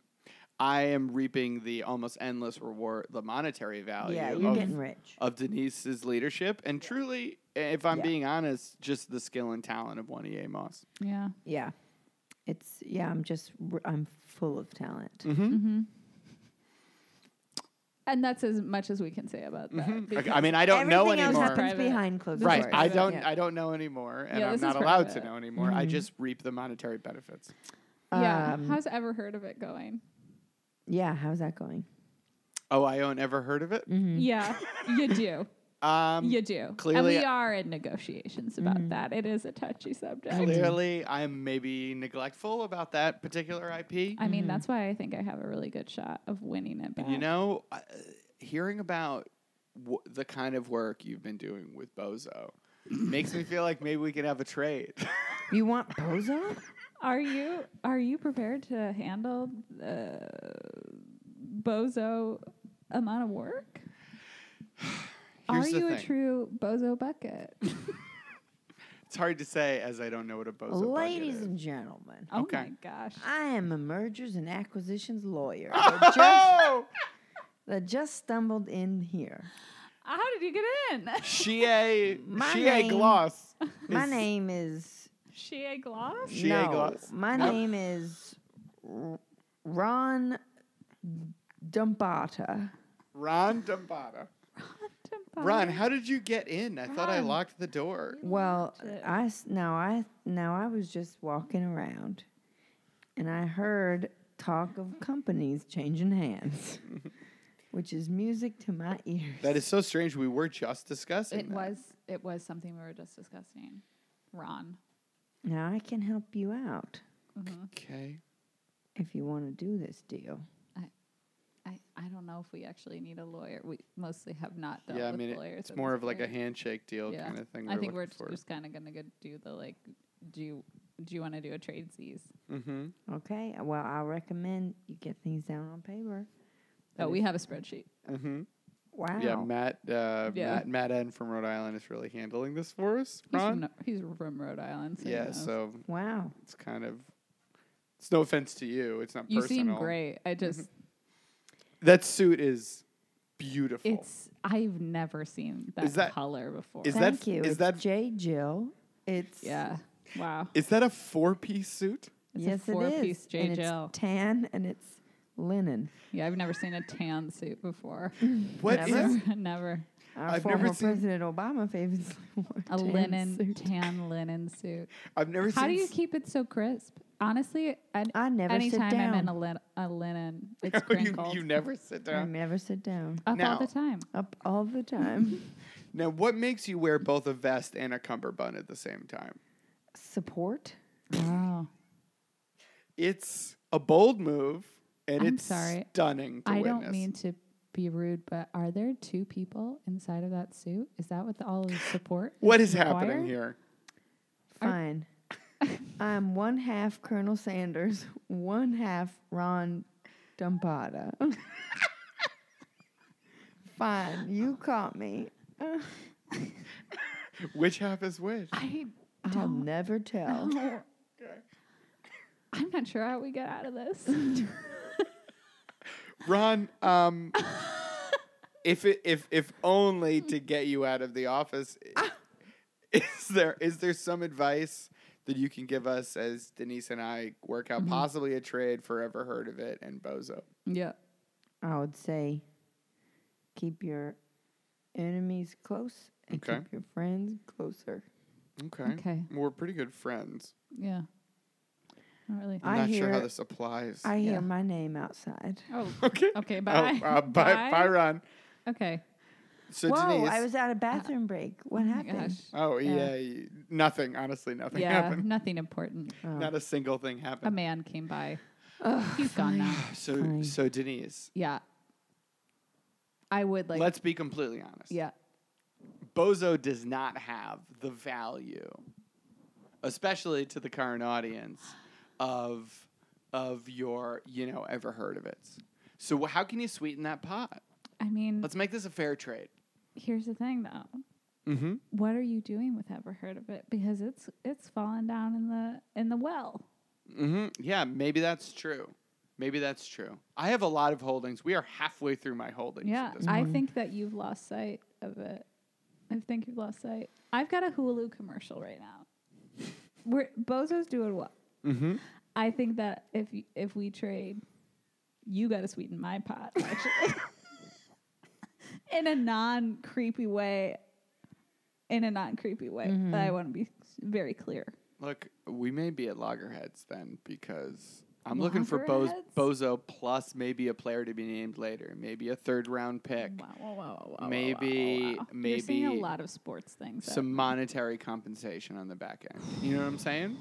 S1: I am reaping the almost endless reward, the monetary value
S3: yeah, you're
S1: of,
S3: getting rich.
S1: of Denise's leadership, and truly, if I'm
S3: Yeah.
S1: being honest, just the skill and talent of one EA Moss.
S2: Yeah.
S3: Yeah, it's yeah. I'm just r- I'm full of talent.
S1: Mm,
S2: Mm-hmm. And that's as much as we can say about that.
S1: Like,
S2: because-
S1: Mm-hmm. I mean, I don't know
S3: Everything else
S1: anymore.
S3: happens
S2: Private.
S3: behind closed
S2: This is
S1: Right,
S3: doors.
S1: I
S2: private.
S1: don't.
S2: Yeah.
S1: I don't know anymore, and
S2: Yeah,
S1: I'm
S2: this
S1: not
S2: is Mm-hmm.
S1: allowed to
S2: private.
S1: know anymore. I just reap the monetary benefits.
S2: yeah.
S3: um,
S2: How's ever heard of it going?
S3: yeah, how's that going?
S1: Oh, I own ever heard of it?
S2: Yeah, you do.
S1: Mm. Um,
S2: You do.
S1: clearly-
S2: and
S1: Mm-hmm.
S2: we are in negotiations about that. It is a touchy subject.
S1: Clearly, I'm maybe neglectful about that particular IP.
S2: I mean, that's why I think I have a really good shot of winning it back.
S1: Mm-hmm. You know, uh, hearing about w- the kind of work you've been doing with Bozo makes me feel like maybe we can have a trade.
S3: You want Bozo?
S2: Are you are you prepared to handle the bozo amount of work? are
S1: Here's the
S2: you a
S1: thing.
S2: true bozo bucket?
S1: it's hard to say as I don't know what a Bozo bucket
S3: Ladies
S1: is.
S3: and gentlemen,
S2: Oh
S1: Okay.
S2: my gosh.
S3: I am a mergers and acquisitions lawyer that, just,
S1: Oh!
S3: that just stumbled in here.
S2: How did you get in?
S1: She a
S3: My
S1: she a
S3: name-
S1: gloss.
S3: My
S1: is-
S3: name is
S2: she a gloss?
S1: She a
S3: no.
S1: gloss.
S3: My
S1: No.
S3: name is R- Ron Dumbata.
S1: Ron Dambada. Ron, how did you get in? I thought I
S2: Ron.
S1: locked the door.
S3: Well,
S2: Watch it.
S3: I s- now I now I was just walking around, and I heard talk of companies changing hands, which is music to my ears.
S1: That is so strange. We were just discussing.
S2: It
S1: that.
S2: was it was something we were just discussing. Ron.
S3: Now I can help you out
S1: Mm-hmm. okay.
S3: if you want to do this deal.
S2: I, I don't know if we actually need a lawyer. We mostly have not dealt
S1: Yeah, I
S2: with
S1: mean, it-
S2: lawyers.
S1: it's
S2: at
S1: more
S2: this
S1: of like a
S2: point.
S1: handshake deal
S2: Yeah.
S1: kind of thing.
S2: I think we're
S1: looking
S2: just, kind of gonna go do the like, do you, do you want to do a trade seas?
S1: for. hmm
S3: Okay. Well, I recommend you get things down on paper.
S2: Oh, we have a spreadsheet.
S1: hmm
S3: Wow.
S1: Yeah, Matt, uh,
S2: Yeah.
S1: Matt, Matt N from Rhode Island is really handling this for us,
S2: He's
S1: Ron.
S2: from, no- he's from Rhode Island. So he
S1: yeah,
S2: knows.
S1: so
S3: Wow.
S1: it's kind of. It's no offense to you. It's not
S2: you
S1: personal. Mm-hmm.
S2: seem great. I just
S1: That suit is beautiful.
S2: it's I've never seen that,
S1: Is that-
S2: color before.
S1: is that
S3: Thank
S1: f-
S3: you.
S1: is
S3: it's
S1: that-
S3: J. Jill? It's
S2: yeah? Wow.
S1: is that a four-piece suit?
S2: It's
S3: yes,
S2: a four
S3: it is.
S2: piece
S3: and
S2: J
S3: it's
S2: Jill.
S3: tan and it's linen.
S2: Yeah, I've never seen a tan suit before.
S1: What is?
S3: Never.
S2: never.
S3: Our
S1: I've never
S3: former
S1: seen-
S3: President Obama famously wore
S2: A
S3: tan
S2: linen
S3: suit.
S2: tan linen suit.
S1: I've never
S2: How
S1: seen.
S2: do you
S1: s-
S2: keep it so crisp? Honestly, I,
S3: I never sit
S2: anytime I'm in
S3: down.
S2: a, lin- a linen,
S1: Oh,
S2: it's
S1: you,
S2: crinkled. Mm.
S1: you never sit
S3: I
S1: down.
S3: never sit down.
S2: up
S1: Now-
S2: all the time.
S3: Up all the time.
S1: Now, what makes you wear both a vest and a cummerbund at the same time?
S3: Support.
S2: Wow.
S1: It's a bold move, and
S2: I'm
S1: it's
S2: sorry.
S1: stunning to
S2: I
S1: witness.
S2: don't mean to be rude, but are there two people inside of that suit? Is that what the, all of the support?
S1: what is happening
S2: required?
S1: here?
S3: Fine. I'm one half Colonel Sanders, one half Ron Dumpada. Fine, you caught me.
S1: Which half is which?
S2: I
S3: I'll
S2: don't
S3: never tell.
S2: know. I'm not sure how we get out of this.
S1: Ron, um, if it, if if only to get you out of the office, i- is there is there some advice that you can give us as Denise and I work
S3: Mm-hmm.
S1: out possibly a trade forever heard of it and bozo?
S2: yeah.
S3: I would say keep your enemies close and
S1: Okay.
S3: keep your friends closer.
S1: Okay.
S2: Okay.
S1: We're pretty good friends.
S2: Yeah. Not really.
S1: I'm
S3: I
S1: not sure how
S3: hear-
S1: this applies.
S3: I hear
S2: Yeah.
S3: my name outside.
S2: oh.
S1: okay.
S2: Okay.
S1: Oh,
S2: Bye.
S1: uh, bye, bye, Ron.
S2: Okay.
S1: So
S3: Whoa,
S1: Denise.
S3: I was at a bathroom break. What
S2: Oh my
S3: happened?
S2: gosh.
S1: oh yeah.
S3: Yeah.
S1: y- Nothing. Honestly, nothing
S2: yeah,
S1: happened.
S2: nothing important.
S3: Oh.
S1: Not a single thing
S2: A
S1: happened.
S2: man came by.
S3: Ugh,
S2: He's gone now.
S1: so
S3: Fine.
S1: so Denise.
S2: Yeah. I would like.
S1: let's be completely honest.
S2: Yeah.
S1: Bozo does not have the value, especially to the current audience, of of your you know ever heard of it. So wh- how can you sweeten that pot?
S2: I mean,
S1: Let's make this a fair trade.
S2: here's the thing though.
S1: Mm-hmm.
S2: What are you doing with ever heard of it? Because it's it's fallen down in the in the well.
S1: Mm-hmm. Yeah, maybe that's true. Maybe that's true. I have a lot of holdings. We are halfway through my holdings. at
S2: Yeah,
S1: this
S2: I
S1: point.
S2: think that you've lost sight of it. I think you've lost sight. I've got a Hulu commercial right now. We're Bozo's doing well.
S1: Mhm.
S2: I think that if y- if we trade, you got to sweeten my pot actually, in a non creepy way. In a non creepy way, but I want to be s- very clear.
S1: Look, we may be at loggerheads then because I'm looking for Bo-
S2: Loggerheads?
S1: Bozo plus maybe a player to be named later, maybe a third round pick.
S2: Wow, wow, wow, wow, wow, wow,
S1: Maybe-
S2: wow. You're saying a
S1: maybe
S2: lot of sports things. that-
S1: some monetary compensation on the back end. You know what I'm saying?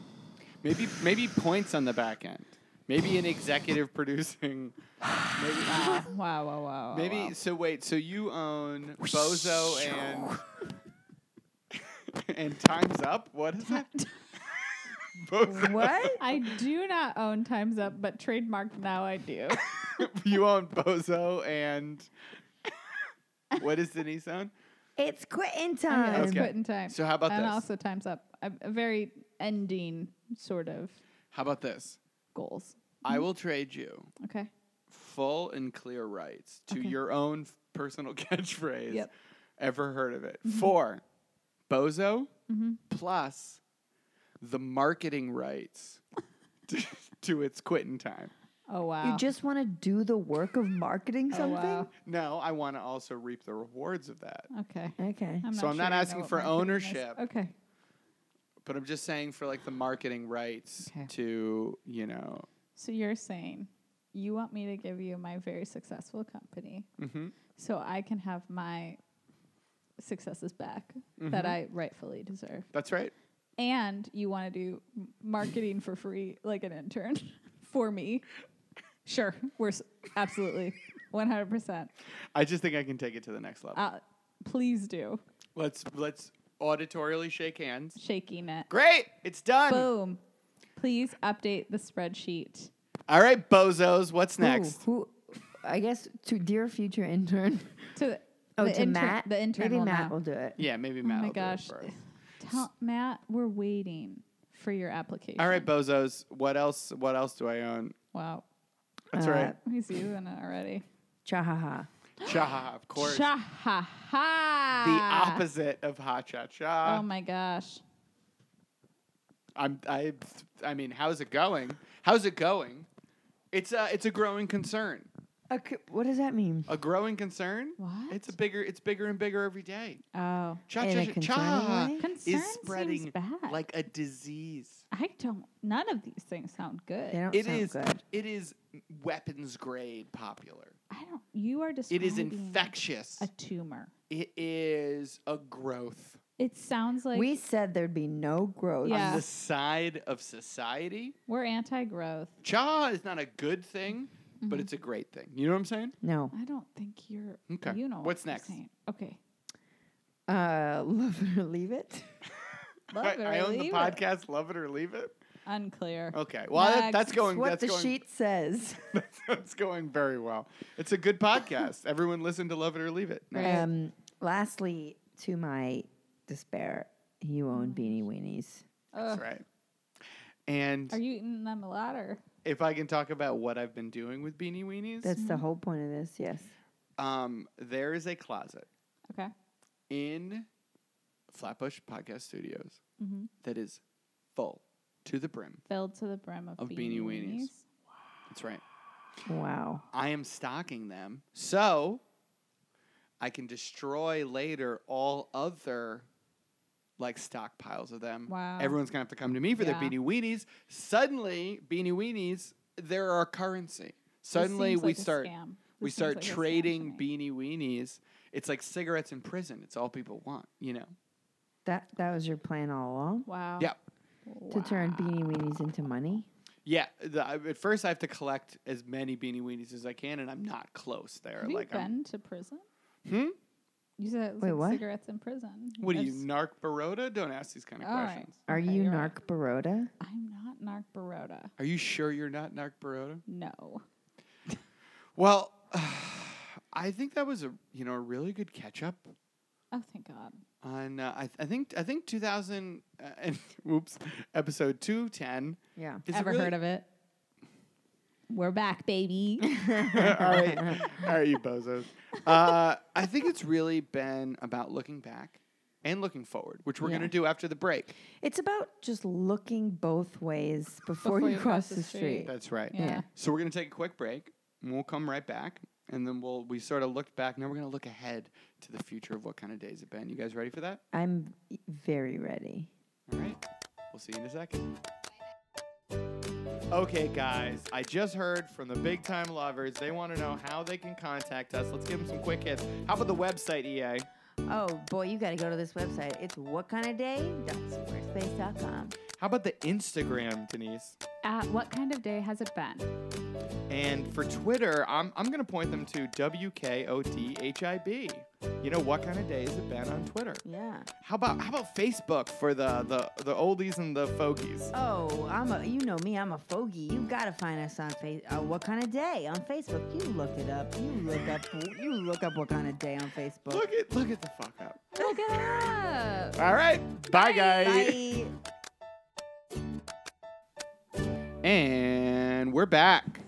S1: Maybe maybe points on the back end. Maybe an executive producing. Maybe,
S2: wow, wow, wow, wow.
S1: maybe
S2: Oh, wow.
S1: so. Wait. So you own Bozo and and Times Up. What is it? Bozo.
S3: What?
S2: I do not own Time's Up, but trademarked now I do.
S1: You own Bozo and what is Denise own?
S3: It's quitting
S2: Yeah,
S3: time.
S2: it's
S1: Okay.
S2: quitting time.
S1: So how about
S2: and
S1: this?
S2: also Time's Up. A, a very ending sort of
S1: How about this?
S2: goals.
S1: I will trade you
S2: Okay.
S1: full and clear rights to
S2: Okay.
S1: your own f- personal catchphrase.
S2: Yep. Mm-hmm.
S1: Ever heard of it? Four, Bozo plus the marketing rights to, to its quitting time.
S2: Oh wow.
S3: You just want to do the work of marketing
S2: oh,
S3: something?
S2: wow.
S1: No, I want to also reap the rewards of that.
S2: Okay.
S3: Okay.
S1: So I'm not
S2: I know
S1: asking
S2: what
S1: for
S2: marketing is.
S1: ownership.
S2: Okay.
S1: But I'm just saying for like the marketing rights
S2: Okay.
S1: to, you know,
S2: So you're saying you want me to give you my very successful company
S1: hmm
S2: so I can have my successes back
S1: Mm-hmm.
S2: that I rightfully deserve.
S1: that's right.
S2: and you want to do m- marketing for free like an intern for me sure we're s- absolutely 100%
S1: I just think I can take it to the next level.
S2: uh, please do
S1: let's let's auditorially shake hands.
S2: shaking it
S1: Great, it's done.
S2: boom please update the spreadsheet
S1: All right, bozos, what's
S3: Who-
S1: next?
S3: Who, I guess to dear future intern.
S2: to the,
S3: Oh,
S2: the
S3: to
S2: intern-
S3: Matt.
S2: the intern
S3: Maybe
S2: will
S3: Matt
S2: know.
S3: will do it.
S1: Yeah, maybe
S2: oh
S1: Matt.
S2: my
S1: will do it
S2: gosh
S1: first.
S2: Tell, matt we're waiting for your application
S1: All right, bozos, what else? What else do I own?
S2: wow Uh,
S1: That's right.
S2: he's using it already
S3: Cha ha ha.
S1: Cha, of course.
S2: Cha ha ha
S1: The opposite of ha cha cha.
S2: oh my gosh
S1: I'm I I mean, how's it going? How's it going? It's a it's a growing concern.
S3: Okay, what does that mean?
S1: A growing concern?
S2: What?
S1: It's a bigger it's bigger and bigger every day.
S2: oh
S1: Cha
S3: In a concerning
S1: cha cha, cha
S3: way?
S2: Concern
S1: is
S2: seems
S1: spreading
S2: bad.
S1: like a disease.
S2: I don't. None of these things sound good.
S3: They don't
S1: It
S3: sound
S1: is
S3: good.
S1: it is weapons grade popular.
S2: I don't. You are
S1: It
S2: describing.
S1: is infectious.
S2: A tumor.
S1: It is a growth
S2: It sounds like
S3: we said there'd be no growth.
S2: Yeah.
S1: on the side of society.
S2: we're anti-growth.
S1: Cha is not a good thing,
S2: Mm-hmm.
S1: but it's a great thing. You know what I'm saying?
S3: No.
S2: I don't think you're.
S1: Okay.
S2: You know
S1: What's
S2: what I'm
S1: next?
S2: saying. Okay.
S3: Uh, love it or leave it.
S2: Love
S1: I,
S2: it or
S1: I own the
S2: leave it.
S1: podcast. Oh, Love it or leave it.
S2: Unclear.
S1: Okay. Well, that, that's
S2: Next.
S1: going.
S3: what
S1: that's
S3: the
S1: going.
S3: sheet says.
S1: that's going very well. It's a good podcast. Everyone listen to Love It or Leave It. Next.
S2: Right.
S3: Um, lastly, to my despair, you own beanie weenies.
S2: Ugh.
S1: That's right. And
S2: Are you eating them a lot or?
S1: if I can talk about what I've been doing with Beanie Weenies,
S3: That's the whole point of this. Yes.
S1: um, there is a closet
S2: Okay.
S1: in Flatbush Podcast Studios
S2: Mhm.
S1: that is full to the brim.
S2: Filled to the brim of,
S1: Of Beanie Weenies. That's right.
S3: Wow.
S1: I am stocking them so I can destroy later all other like stockpiles of them.
S2: Wow.
S1: Everyone's gonna have to come to me for
S2: Yeah.
S1: their beanie weenies. Suddenly, beanie weenies, they're our currency.
S2: This
S1: Suddenly
S2: seems
S1: we
S2: like a
S1: start
S2: scam.
S1: we
S2: This seems
S1: start
S2: like a scam to
S1: trading
S2: me.
S1: beanie weenies. It's like cigarettes in prison. It's all people want, you know.
S3: That that was your plan all along
S2: Wow.
S1: Yeah.
S3: to turn beanie weenies into money.
S1: Yeah, the, I- at first I have to collect as many beanie weenies as I can, and I'm not close there.
S2: Have
S1: like,
S2: you
S1: I'm,
S2: been to prison?
S1: Hmm?
S2: You said it was
S3: Wait,
S2: like
S3: what?
S2: cigarettes in prison.
S1: what are
S2: I've
S1: you,
S2: s-
S1: narc Baroda? Don't ask these kind of
S2: All right.
S1: questions.
S3: Are
S2: Okay,
S3: you
S2: you're
S3: narc
S2: right.
S3: Baroda?
S2: I'm not Narc Baroda.
S1: Are you sure you're not narc Baroda?
S2: No. Oh,
S1: Well, I think that was a you know a really good catch up
S2: Oh, thank God.
S1: on uh, I, I think I think 2000 uh, and whoops episode 210
S3: Yeah.
S1: is
S2: Ever heard of it? We're back, baby.
S1: all right all right you bozos uh, I think it's really been about looking back and looking forward which we're
S3: Yeah.
S1: gonna do after the break
S3: It's about just looking both ways before, you cross, the street.
S1: that's right
S2: yeah.
S1: so we're gonna take a quick break and we'll come right back and then we'll we sort of looked back now we're gonna look ahead to the future of what kind of days have been you guys ready for that
S3: I'm very ready.
S1: All right. We'll see you in a second. Okay, guys, I just heard from the big time lovers. They want to know how they can contact us. Let's give them some quick hits. How about the website, E EA?
S3: Oh boy, you got to go to this website. It's whatkindofday.squarespace.com.
S1: How about the Instagram, Denise?
S2: Uh, what kind of day has it been?
S1: And for Twitter, I'm, I'm going to point them to WKOTHIB. You know, what kind of day has it been on Twitter?
S3: Yeah.
S1: How about how about Facebook for the, the, the oldies and the fogies?
S3: Oh, I'm a. You know me. I'm a fogey. You gotta find us on face. Uh, what kind of day on Facebook? You look it up. You look up. You look up what kind of day on Facebook.
S1: Look at look at the fuck up.
S2: Look it up.
S1: All right. Bye, guys.
S3: Bye.
S1: And we're back.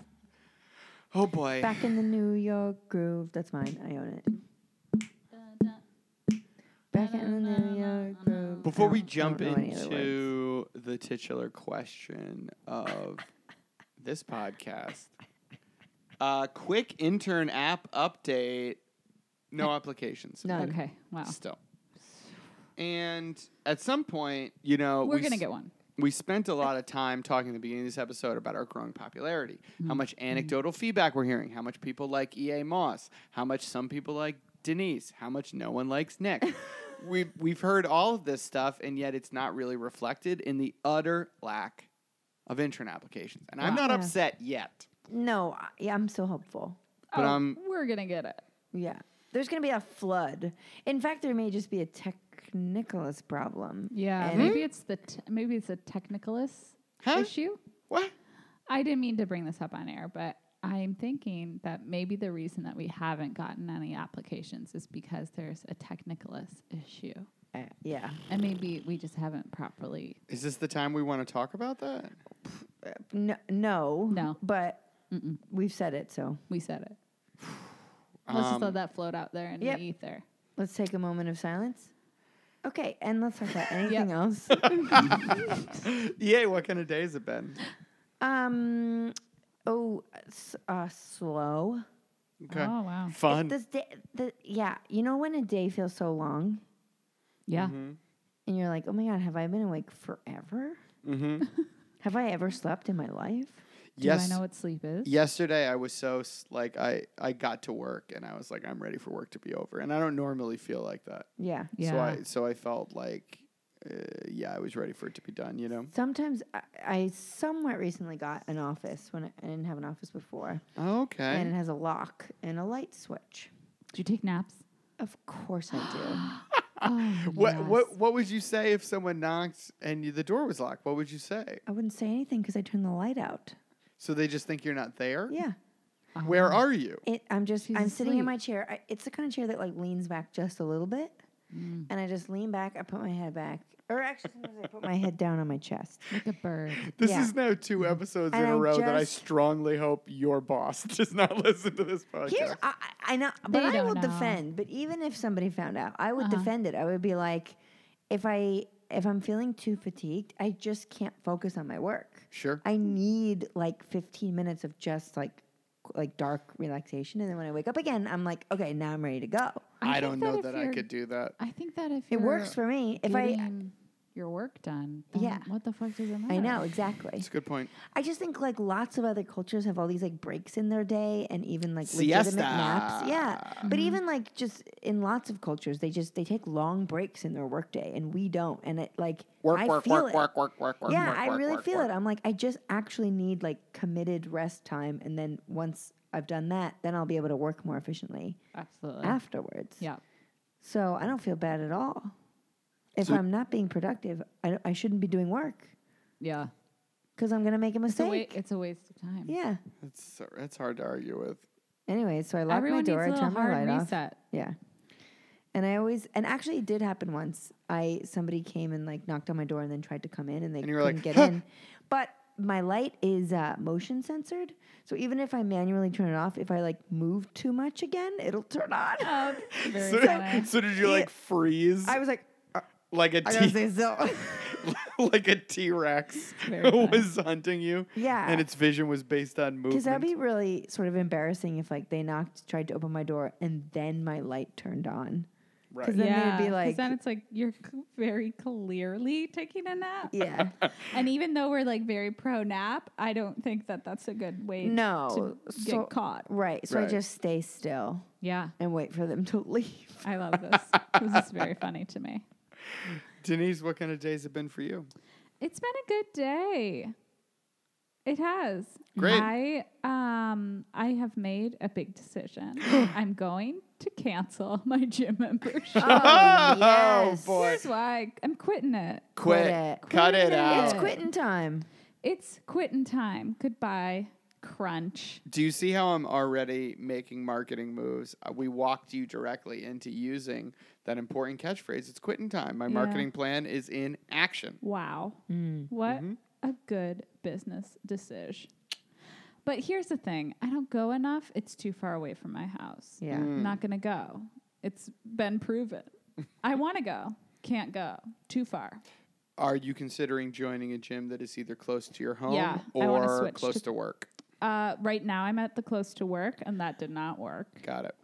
S1: Oh boy.
S3: Back in the New York groove. That's mine. I own it. Back in the New York groove.
S1: Before
S3: I
S1: we
S3: don't- I
S1: jump
S3: don't know any other words.
S1: into the titular question of this podcast, uh, quick intern app update. No applications.
S3: None.
S2: Okay. Wow.
S1: Still. And at some point, you know,
S2: We're
S1: we
S2: gonna
S1: s-
S2: get one.
S1: we spent a lot of time talking at the beginning of this episode about our growing popularity, how much anecdotal feedback we're hearing, how much people like EA Moss, how much some people like Denise, how much no one likes Nick. we've, we've heard all of this stuff, and yet it's not really reflected in the utter lack of intern applications. And I'm not
S3: Yeah.
S1: upset yet.
S3: No, I- yeah, I'm so hopeful.
S1: But,
S2: oh,
S1: um,
S2: we're gonna get it.
S3: Yeah. There's going to be a flood. In fact, there may just be a technicolous problem.
S2: Yeah.
S3: And
S2: Maybe it's the t- maybe it's a technicalis
S1: Hmm? Huh?
S2: issue.
S1: What?
S2: I didn't mean to bring this up on air, but I'm thinking that maybe the reason that we haven't gotten any applications is because there's a technicalis issue.
S3: uh, yeah.
S2: And maybe we just haven't properly.
S1: Is this the time we want to talk about that?
S3: No, no.
S2: No.
S3: But we've said it, so
S2: We said it. Let's just
S1: Um,
S2: let that float out there in
S3: yep.
S2: the ether.
S3: let's take a moment of silence. Okay, and let's talk about anything else.
S1: EA, E what kind of day has it been?
S3: um, oh, s- uh, slow.
S1: Okay. Mm-hmm.
S2: Oh wow.
S1: Fun.
S3: This day, the, yeah, you know when a day feels so long,
S2: Yeah.
S3: and you're like, oh my god, have I been awake forever?
S1: mm-hmm.
S3: Have I ever slept in my life?
S2: Do I know what sleep is?
S1: yesterday i was so s- like i i got to work and i was like i'm ready for work to be over and i don't normally feel like that
S3: Yeah.
S1: so i so i felt like uh, yeah i was ready for it to be done you know
S3: Sometimes I, I somewhat recently got an office when I, I didn't have an office before,
S1: okay
S3: and it has a lock and a light switch.
S2: Do you take naps?
S3: Of course I
S2: Oh,
S1: what
S2: yes.
S1: what what would you say if someone knocked and you, the door was locked what would you say
S3: do. I wouldn't say anything because I turned the light out.
S1: so they just think you're not there
S3: Yeah,
S1: where are you
S3: it, I'm just
S2: She's
S3: I'm sitting in
S2: asleep.
S3: my chair. I, it's the kind of chair that like leans back just a little bit, and I just lean back. I put my head back, or actually sometimes I put my head down on my chest.
S2: Like a bird.
S1: this
S3: Yeah. Mm-hmm.
S1: is now two episodes
S3: And
S1: in a
S3: I
S1: row that i
S3: just-
S1: strongly hope your boss does not listen to this podcast
S3: Here's I, I I know, but
S2: They
S3: I
S2: don't
S3: will
S2: know.
S3: defend. But even if somebody found out, I would defend it. I would be like, if I if I'm feeling too fatigued, I just can't focus on my work.
S1: sure
S3: I need like 15 minutes of just like like dark relaxation, and then when I wake up again, I'm like, okay, now I'm ready to go.
S1: i,
S2: think
S1: don't know
S2: if
S1: that i
S2: you're-
S1: could do that
S2: I think that if
S3: It works
S2: you're
S3: for me. If I
S2: getting- your work done, then
S3: Yeah.
S2: what the fuck does it matter?
S3: I know exactly.
S1: It's a good point.
S3: I just think like lots of other cultures have all these like breaks in their day and even like
S1: Siesta.
S3: legitimate naps. Yeah, but even like just in lots of cultures, they just they take long breaks in their workday, and we don't. And it like
S1: Work,
S3: I
S1: work,
S3: feel
S1: work,
S3: it.
S1: work, work, work, work.
S3: yeah,
S1: work,
S3: I
S1: work,
S3: really
S1: work,
S3: feel
S1: work.
S3: it. I'm like I just actually need like committed rest time, and then once I've done that, then I'll be able to work more efficiently
S2: Absolutely.
S3: afterwards.
S2: yeah.
S3: So I don't feel bad at all. If
S1: So-
S3: I'm not being productive, I, don't- I shouldn't be doing work
S2: Yeah.
S3: because I'm going to make a
S2: It's a, wa-
S3: mistake.
S2: it's a waste of time.
S3: yeah.
S1: It's so- it's hard to argue with.
S3: Anyway, so I locked
S2: Everyone
S3: my door. I
S2: needs a little
S3: turned my
S2: hard
S3: light off.
S2: reset.
S3: Yeah. And I always and actually it did happen once. I somebody came and like knocked on my door and then tried to come in and they
S1: And you were
S3: couldn't
S1: like,
S3: get
S1: "Huh."
S3: in. But my light is uh, motion censored, so even if I manually turn it off, if I like move too much again, it'll turn on.
S2: Oh, very
S1: So,
S2: funny.
S1: so did you
S3: Yeah.
S1: like freeze
S3: I was like,
S1: like a
S3: I gotta
S1: t
S3: stay still.
S1: like a T Rex
S2: Very funny.
S1: was hunting you?
S3: Yeah.
S1: and its vision was based on movement.
S3: Because that'd be really sort of embarrassing if like they knocked, tried to open my door, and then my light turned on.
S1: right.
S3: 'cause then they'd
S2: yeah,
S3: be
S2: 'cause
S3: like-
S2: then it's like you're c- very clearly taking a nap.
S3: Yeah.
S2: And even though we're like very pro nap, I don't think that that's a good way
S3: No,
S2: to
S3: so-
S2: get caught.
S3: right. So
S1: Right.
S3: I just stay still
S2: Yeah,
S3: and wait for them to leave.
S2: I love this. this is very funny to me.
S1: Denise, what kind of days have been for you?
S2: It's been a good day. It has.
S1: Great.
S2: I um I have made a big decision. I'm going to cancel my gym membership.
S1: Oh,
S3: yes.
S1: boy.
S2: Here's why I'm quitting it.
S1: Quit,
S3: Quit it.
S1: cut
S2: Quit it.
S1: it out.
S3: It's quitting time.
S2: It's quitting time. Goodbye, crunch.
S1: Do you see how I'm already making marketing moves? Uh, We walked you directly into using that important catchphrase. It's quitting time. My
S2: Yeah.
S1: marketing plan is in action.
S2: Wow.
S3: Mm,
S2: What
S3: mm-hmm.
S2: a good business decision. But here's the thing I don't go enough. It's too far away from my house.
S3: Yeah.
S1: Mm,
S3: Mm.
S2: I'm not going to go. It's been proven. I want to go. Can't go. Too far.
S1: Are you considering joining a gym that is either close to your home
S2: Yeah, I wanna
S1: or
S2: switch
S1: close to,
S2: to-
S1: work?
S2: Uh, right now, I'm at the close to work, and that did not work
S1: Got it.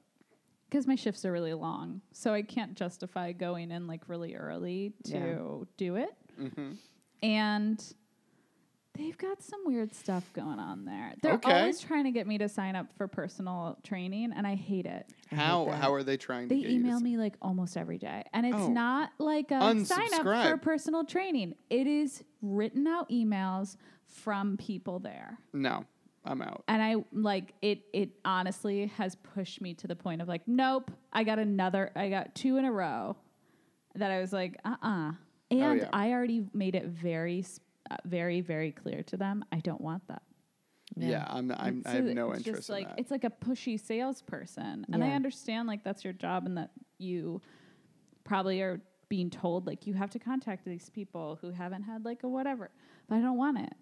S2: because my shifts are really long. So I can't justify going in like really early to
S3: Yeah.
S2: do it.
S1: hmm
S2: and they've got some weird stuff going on there. They're
S1: Okay.
S2: always trying to get me to sign up for personal training, and I hate it.
S1: How
S3: that.
S1: how are they trying
S2: They
S1: to get you to
S2: email
S1: s-
S2: me like almost every day, and it's
S1: Oh.
S2: not like a sign up for
S1: Unsubscribe.
S2: personal training. It is written out emails from people there.
S1: No, I'm out.
S2: And I like it it honestly has pushed me to the point of like, nope, I got another I got two in a row that I was like, uh uh And
S1: Oh, yeah.
S2: I already made it very s- uh, very very clear to them I don't want that.
S1: Yeah, I'm, I'm I
S2: So
S1: have
S2: it's
S1: no
S2: just
S1: interest
S2: like
S1: in that.
S2: it's like a pushy salesperson. And I
S3: Yeah.
S2: understand like that's your job and that you probably are being told like you have to contact these people who haven't had like a whatever. But I don't want it.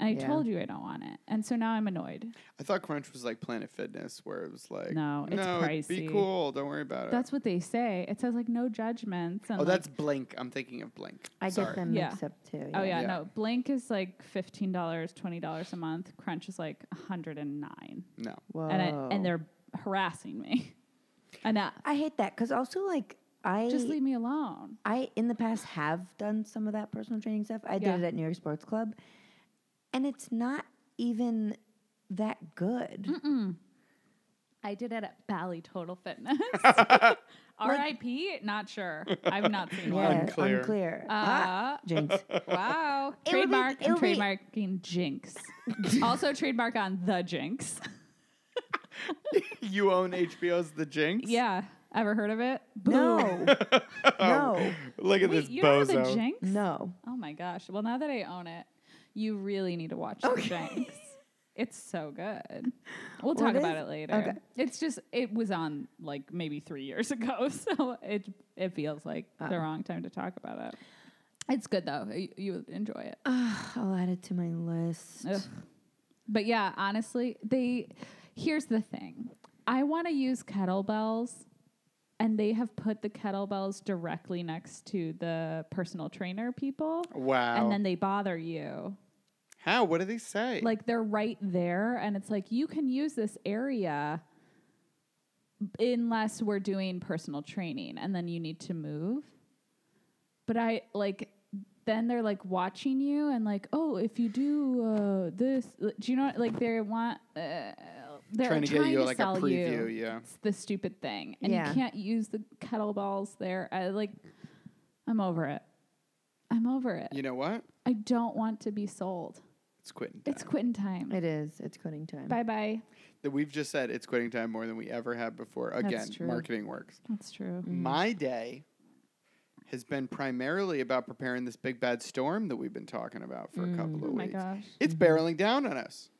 S2: I
S3: Yeah.
S2: told you I don't want it. And so now I'm annoyed.
S1: I thought Crunch was like Planet Fitness, where it was like,
S2: No, it's
S1: it'd Be
S2: pricey.
S1: cool. Don't worry about
S2: That's what they say. It says like no judgments. And
S1: it. Oh,
S2: like-
S1: that's Blink. I'm thinking of Blink.
S3: I
S1: Sorry.
S3: get them
S2: Yeah.
S3: mixed up too.
S2: oh yeah,
S1: Yeah.
S2: no. Blink is like fifteen dollars, twenty dollars a month. Crunch is like hundred and nine,
S1: No.
S3: Whoa.
S2: and I,
S1: Oh.
S2: and they're harassing me. Enough.
S3: I hate that because also like I
S2: Just leave me alone.
S3: I in the past have done some of that personal training stuff. I
S2: Yeah.
S3: did it at New York Sports Club, and it's not even that good.
S2: I did it at Bally Total Fitness. R.I.P. Not sure. I've not seen
S3: Yeah,
S2: one.
S1: Unclear.
S3: unclear.
S2: Uh,
S3: Ah, jinx.
S2: wow.
S3: It would be-
S2: Trademark
S3: it
S2: and
S3: would be-
S2: trademarking Jinx. also trademark on the Jinx.
S1: you own HBO's The Jinx?
S2: Yeah. Ever heard of it?
S3: no,
S1: Oh.
S3: no,
S1: Look at
S2: Wait,
S1: this
S2: you know
S1: bozo.
S2: the Jinx?
S3: no.
S2: Oh my gosh. Well, now that I own it, you really need to watch the Jinx. It's so good. We'll talk
S3: is-
S2: about it later.
S3: okay.
S2: It's just it was on like maybe three years ago, so it it feels like the wrong time to talk about it. Uh. It's good though. You, you would enjoy it.
S3: I'll add it to my list.
S2: Ugh. But yeah, honestly, they here's the thing. I want to use kettlebells and they have put the kettlebells directly next to the personal trainer people
S1: Wow.
S2: and then they bother you.
S1: How? What do they say?
S2: Like they're right there, and it's like you can use this area unless we're doing personal training, and then you need to move. But I like then they're like watching you and like, oh, if you do uh, this, l- do you know? what- Like they want. Uh, they're
S1: Trying to get you, like, a
S2: sell
S1: preview,
S2: you
S1: yeah.
S2: It's the stupid thing, and
S3: Yeah.
S2: you can't use the kettlebells there. I like, I'm over it. I'm over it.
S1: You know what?
S2: I don't want to be sold.
S1: It's quitting.
S2: It's
S1: time.
S2: quitting time.
S3: It is. It's quitting time.
S2: Bye bye.
S1: That We've just said it's quitting time more than we ever have before. Again,
S3: true.
S1: marketing works.
S2: That's true.
S3: Mm.
S1: My day has been primarily about preparing this big bad storm that we've been talking about for a couple of
S2: Oh my
S1: weeks.
S2: gosh.
S1: It's barreling down on us.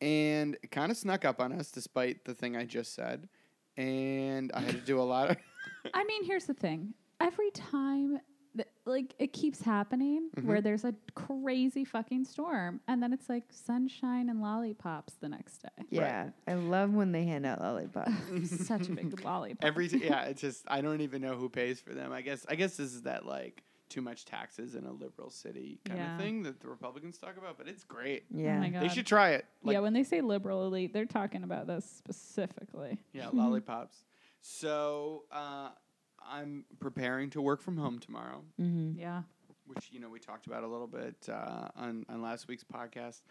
S1: And it kind of snuck up on us despite the thing I just said. And I had to do a lot of
S2: I mean, here's the thing. Every time, th- like, it keeps happening
S3: Mm-hmm.
S2: where there's a crazy fucking storm, and then it's like sunshine and lollipops the next day.
S3: Yeah, I love when they hand out lollipops.
S2: Such a big lollipop.
S1: every t- yeah, it's just I don't even know who pays for them. I guess I guess this is that like too much taxes in a liberal city kind
S2: Yeah.
S1: of thing that the Republicans talk about, but it's great.
S3: yeah.
S2: Oh my god.
S1: They should try it. Like
S2: yeah, when they say liberal elite, they're talking about this specifically.
S1: Yeah, lollipops. So uh, I'm preparing to work from home tomorrow,
S3: Mm-hmm.
S2: Yeah.
S1: which you know we talked about a little bit uh, on on last week's podcast.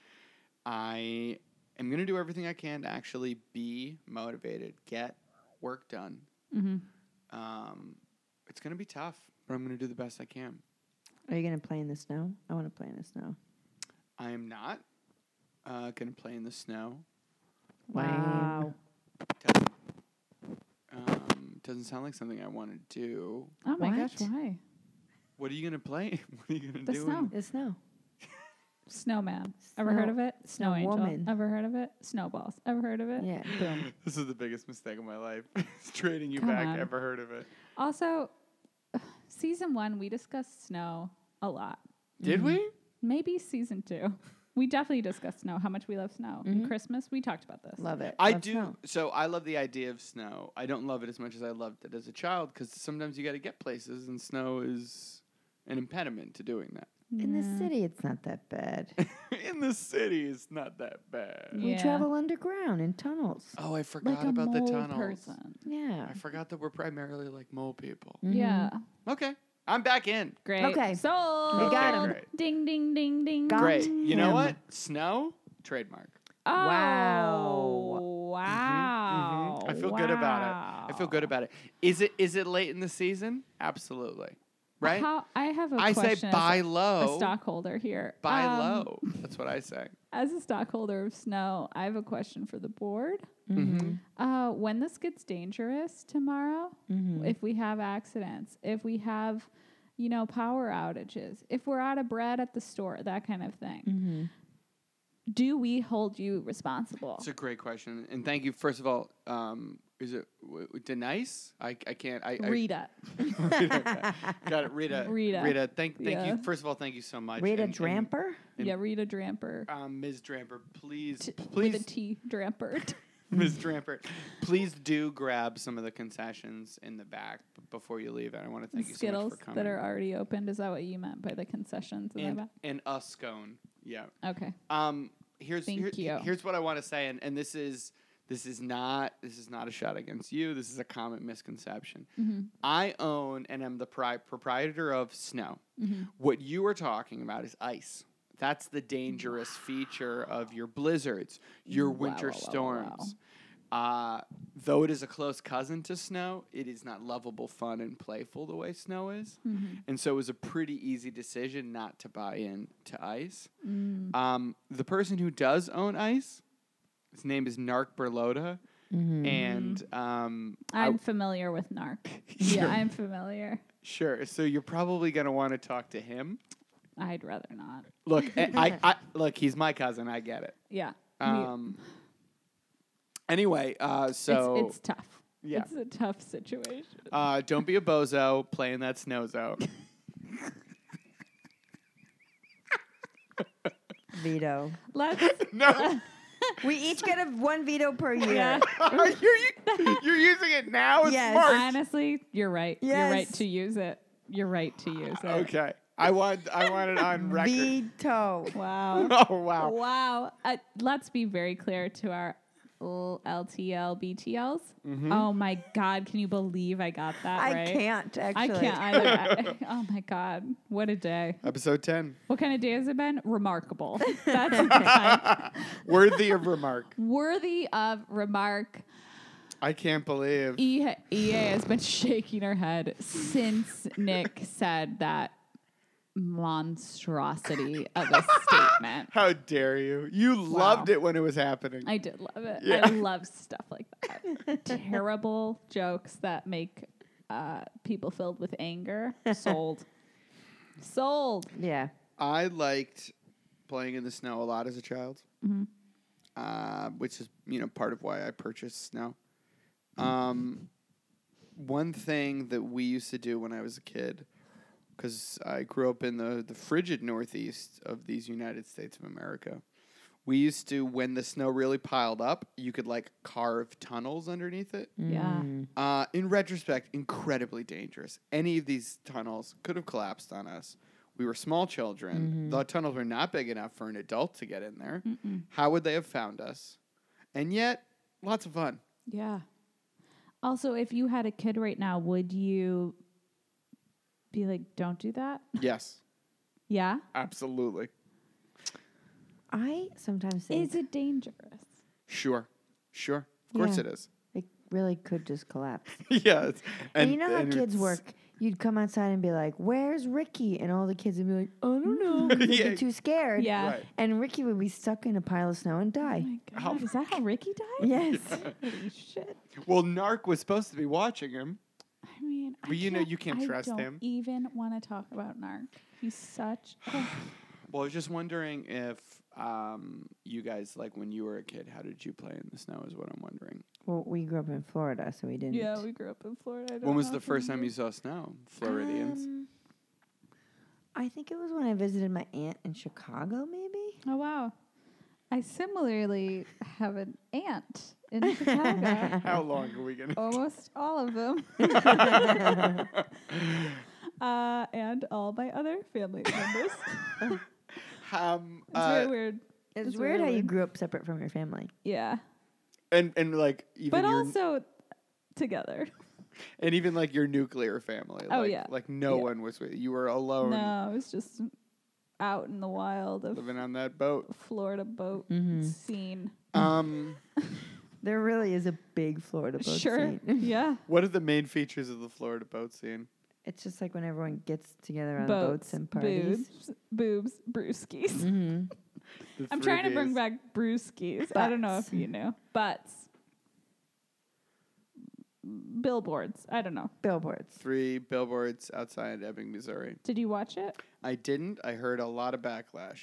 S1: I am going to do everything I can to actually be motivated, get work done.
S2: Mm-hmm.
S1: Um, it's going to be tough, but I'm going to do the best I can.
S3: Are you going to play in the snow? I want to play in the snow.
S1: I am not uh, going to play in the snow.
S3: Lame.
S2: Wow.
S1: Doesn't, um, doesn't sound like something I want to do.
S2: Oh my gosh,
S3: What?
S2: why?
S1: What are you going to play? what are you going to
S2: The
S1: do? in-
S2: snow.
S3: The snow.
S2: Snowman. Ever heard
S3: Snow-
S2: of it? Snow angel.
S3: snowwoman.
S2: Ever heard of it? Snowballs. Ever heard of it?
S3: Yeah. Boom.
S1: This is the biggest mistake of my life. it's trading you
S2: Come
S1: back.
S2: on.
S1: Ever heard of it?
S2: Also, season one, we discussed snow a lot.
S1: Did
S2: Mm-hmm.
S1: we?
S2: Maybe season two. We definitely discussed snow, how much we love snow.
S1: Mm-hmm.
S2: And Christmas, we talked about this.
S3: Love it.
S1: I
S3: Love
S1: do.
S3: snow.
S1: So I love the idea of snow. I don't love it as much as I loved it as a child because sometimes you got to get places, and snow is an impediment to doing that.
S3: In
S2: Yeah.
S3: the city, it's not that bad.
S1: In the city, it's not that bad.
S3: We
S2: Yeah.
S3: travel underground in tunnels.
S1: Oh, I forgot
S2: Like a
S1: about the
S2: mole
S1: tunnels.
S2: person.
S3: Yeah.
S1: I forgot that we're primarily like mole people.
S2: Yeah.
S1: Okay, I'm back in.
S2: Great.
S3: Okay.
S2: So
S3: We got
S1: Okay, 'em. great.
S2: Ding ding ding ding.
S3: Got
S1: Great. You know
S3: Damn.
S1: what? Snow trademark.
S2: Oh,
S3: Wow.
S2: Wow.
S1: Mm-hmm. I feel good about it. I feel good about it. Is it is it late in the season? Absolutely. Right?
S2: How, I have a
S1: I say
S2: question as
S1: buy
S2: a-
S1: low.
S2: A stockholder here.
S1: buy
S2: Um,
S1: low. That's what I say.
S2: As a stockholder of snow, I have a question for the board.
S3: Mm-hmm.
S2: Uh, when this gets dangerous tomorrow, Mm-hmm.
S3: Mm-hmm.
S2: if we have accidents, if we have, you know, power outages, if we're out of bread at the store, that kind of thing,
S3: Mm-hmm.
S2: do we hold you responsible?
S1: It's a great question, and thank you. First of all, um, is it w- w- Denise? I, I can't. I, I
S2: Rita.
S1: Rita, okay. Got it, Rita.
S2: Rita.
S1: Rita. Thank thank
S2: Yeah.
S1: you. First of all, thank you so much.
S3: Rita
S1: and- and,
S3: Dramper?
S2: yeah, Rita Dramper.
S1: um, Ms. Dramper, please,
S2: T-
S1: please,
S2: With a T, Dramper.
S1: Ms. Drampert, please do grab some of the concessions in the back b- before you leave. And I want to thank you so much
S2: Skittles
S1: for coming.
S2: that are already opened. Is that what you meant by the concessions? in
S1: and,
S2: the
S1: and a scone. Yeah.
S2: back? Okay.
S1: Um. Here's
S2: Thank
S1: here-
S2: you.
S1: here's what I want to say, and, and this is this is not this is not a shot against you. This is a common misconception.
S2: Mm-hmm.
S1: I own and am the pri- proprietor of Snow.
S2: Mm-hmm.
S1: What you are talking about is ice. That's the dangerous feature of your blizzards, your winter
S2: wow, wow,
S1: storms.
S2: wow.
S1: Uh, though it is a close cousin to snow, it is not lovable, fun, and playful the way snow is. And so it was a pretty easy decision not to buy in to ice.
S2: Mm-hmm.
S1: Um, the person who does own ice, his name is Nark Berlota.
S2: Mm-hmm.
S1: And um, I-
S2: I'm familiar with NARC. yeah, I'm familiar.
S1: sure, so you're probably going to want to talk to him.
S2: I'd rather not.
S1: Look, I, I, I, look, he's my cousin. I get it.
S2: Yeah. we-
S1: Um, anyway, uh, so
S2: it's, it's tough.
S1: yeah.
S2: It's a tough situation.
S1: Uh, don't be a bozo playing that snozo.
S3: Veto.
S2: Let's
S1: no,
S3: We each get a one veto per year.
S2: yeah.
S1: are you, you're using it now. It's
S3: Yes.
S1: March.
S2: Honestly, you're right. You're right
S3: Yes.
S2: to use it. You're right to use it.
S1: Okay, I want I want it on record.
S3: Veto.
S2: Wow.
S1: oh wow.
S2: wow. Uh, let's be very clear to our L- LTL BTLs. Oh my God! Can you believe I got that
S3: Mm-hmm. I
S2: right?
S3: can't
S2: I
S3: actually.
S2: can't either. I- oh my God! What a day!
S1: Episode 10.
S2: What kind of day has it been? Remarkable. That's a good time.
S1: Worthy of remark.
S2: worthy of remark.
S1: I can't believe.
S2: E- EA has been shaking her head since Nick said that monstrosity of a statement.
S1: How dare you? You loved it when it was happening.
S2: I did love it.
S1: Yeah.
S2: I love stuff like that. Terrible jokes that make uh, people filled with anger sold. Sold.
S3: Yeah.
S1: I liked playing in the snow a lot as a child,
S2: Mm-hmm.
S1: uh, which is you know part of why I purchased snow. Um, one thing that we used to do when I was a kid, because I grew up in the the frigid Northeast of these United States of America. We used to, when the snow really piled up, you could like carve tunnels underneath it.
S3: Mm.
S2: Yeah.
S1: Uh, in retrospect, incredibly dangerous. Any of these tunnels could have collapsed on us. We were small
S3: Mm-hmm.
S1: children. The tunnels were not big enough for an adult to get in there. How would they have found us? And yet, lots of fun.
S2: Yeah. Also, if you had a kid right now, would you be like, don't do that?
S1: Yes,
S2: Yeah.
S1: absolutely.
S3: I sometimes think
S2: Is it dangerous?
S1: Sure, sure. Of course
S3: Yeah.
S1: it is.
S3: it really could just collapse.
S1: yes.
S3: And, you know how kids
S1: it's-
S3: work. You'd come outside and be like, "Where's Ricky?" And all the kids would be like, "I don't know." 'cause They'd
S1: Yeah.
S3: be too scared.
S2: Yeah.
S1: Right.
S3: And Ricky would be stuck in a pile of snow and die.
S2: Oh my God. Is that how Ricky died?
S3: Yes.
S2: Holy shit.
S1: Well, Narc was supposed to be watching him.
S2: I mean, I
S1: But you know you can't
S2: I
S1: trust
S2: don't
S1: him.
S2: Even want to talk about Narc. He's such. a-
S1: Well, I was just wondering if um, you guys, like when you were a kid, how did you play in the snow? Is what I'm wondering.
S3: Well, we grew up in Florida, so we didn't.
S2: yeah, we grew up in Florida. I don't
S1: When was
S2: know
S1: the
S2: if
S1: first
S2: you
S1: time you saw snow, Floridians?
S3: Um, I think it was when I visited my aunt in Chicago, maybe.
S2: remember. Oh wow. I similarly have an aunt in Chicago.
S1: How long are we gonna?
S2: Almost all of them. uh, and all my other family members. It's
S1: Um,
S2: very
S1: uh,
S2: weird.
S3: It's,
S2: It's
S3: weird
S2: really
S3: how you
S2: weird.
S3: grew up separate from your family.
S2: Yeah.
S1: and and like even
S2: But
S1: your,
S2: also together.
S1: and even like your nuclear family.
S2: Oh,
S1: like,
S2: yeah.
S1: like no
S2: Yeah.
S1: one was with you. You were alone
S2: No, it was just out in the wild of
S1: living on that boat.
S2: Florida boat
S3: Mm-hmm.
S2: scene.
S1: Um,
S3: There really is a big Florida boat
S2: sure.
S3: scene.
S2: yeah.
S1: what are the main features of the Florida boat scene?
S3: It's just like when everyone gets together on boats,
S2: Boats,
S3: and parties. Mm.
S2: boobs, boobs, brewskis.
S3: Mm-hmm.
S1: The
S2: I'm
S1: three
S2: trying to bring
S1: Bs.
S2: back brewskis. I don't know if
S3: Butts.
S2: you know. Butts. Billboards. I don't know.
S3: Billboards.
S1: three billboards outside Ebbing, Missouri.
S2: Did you watch it?
S1: I didn't. I heard a lot of backlash.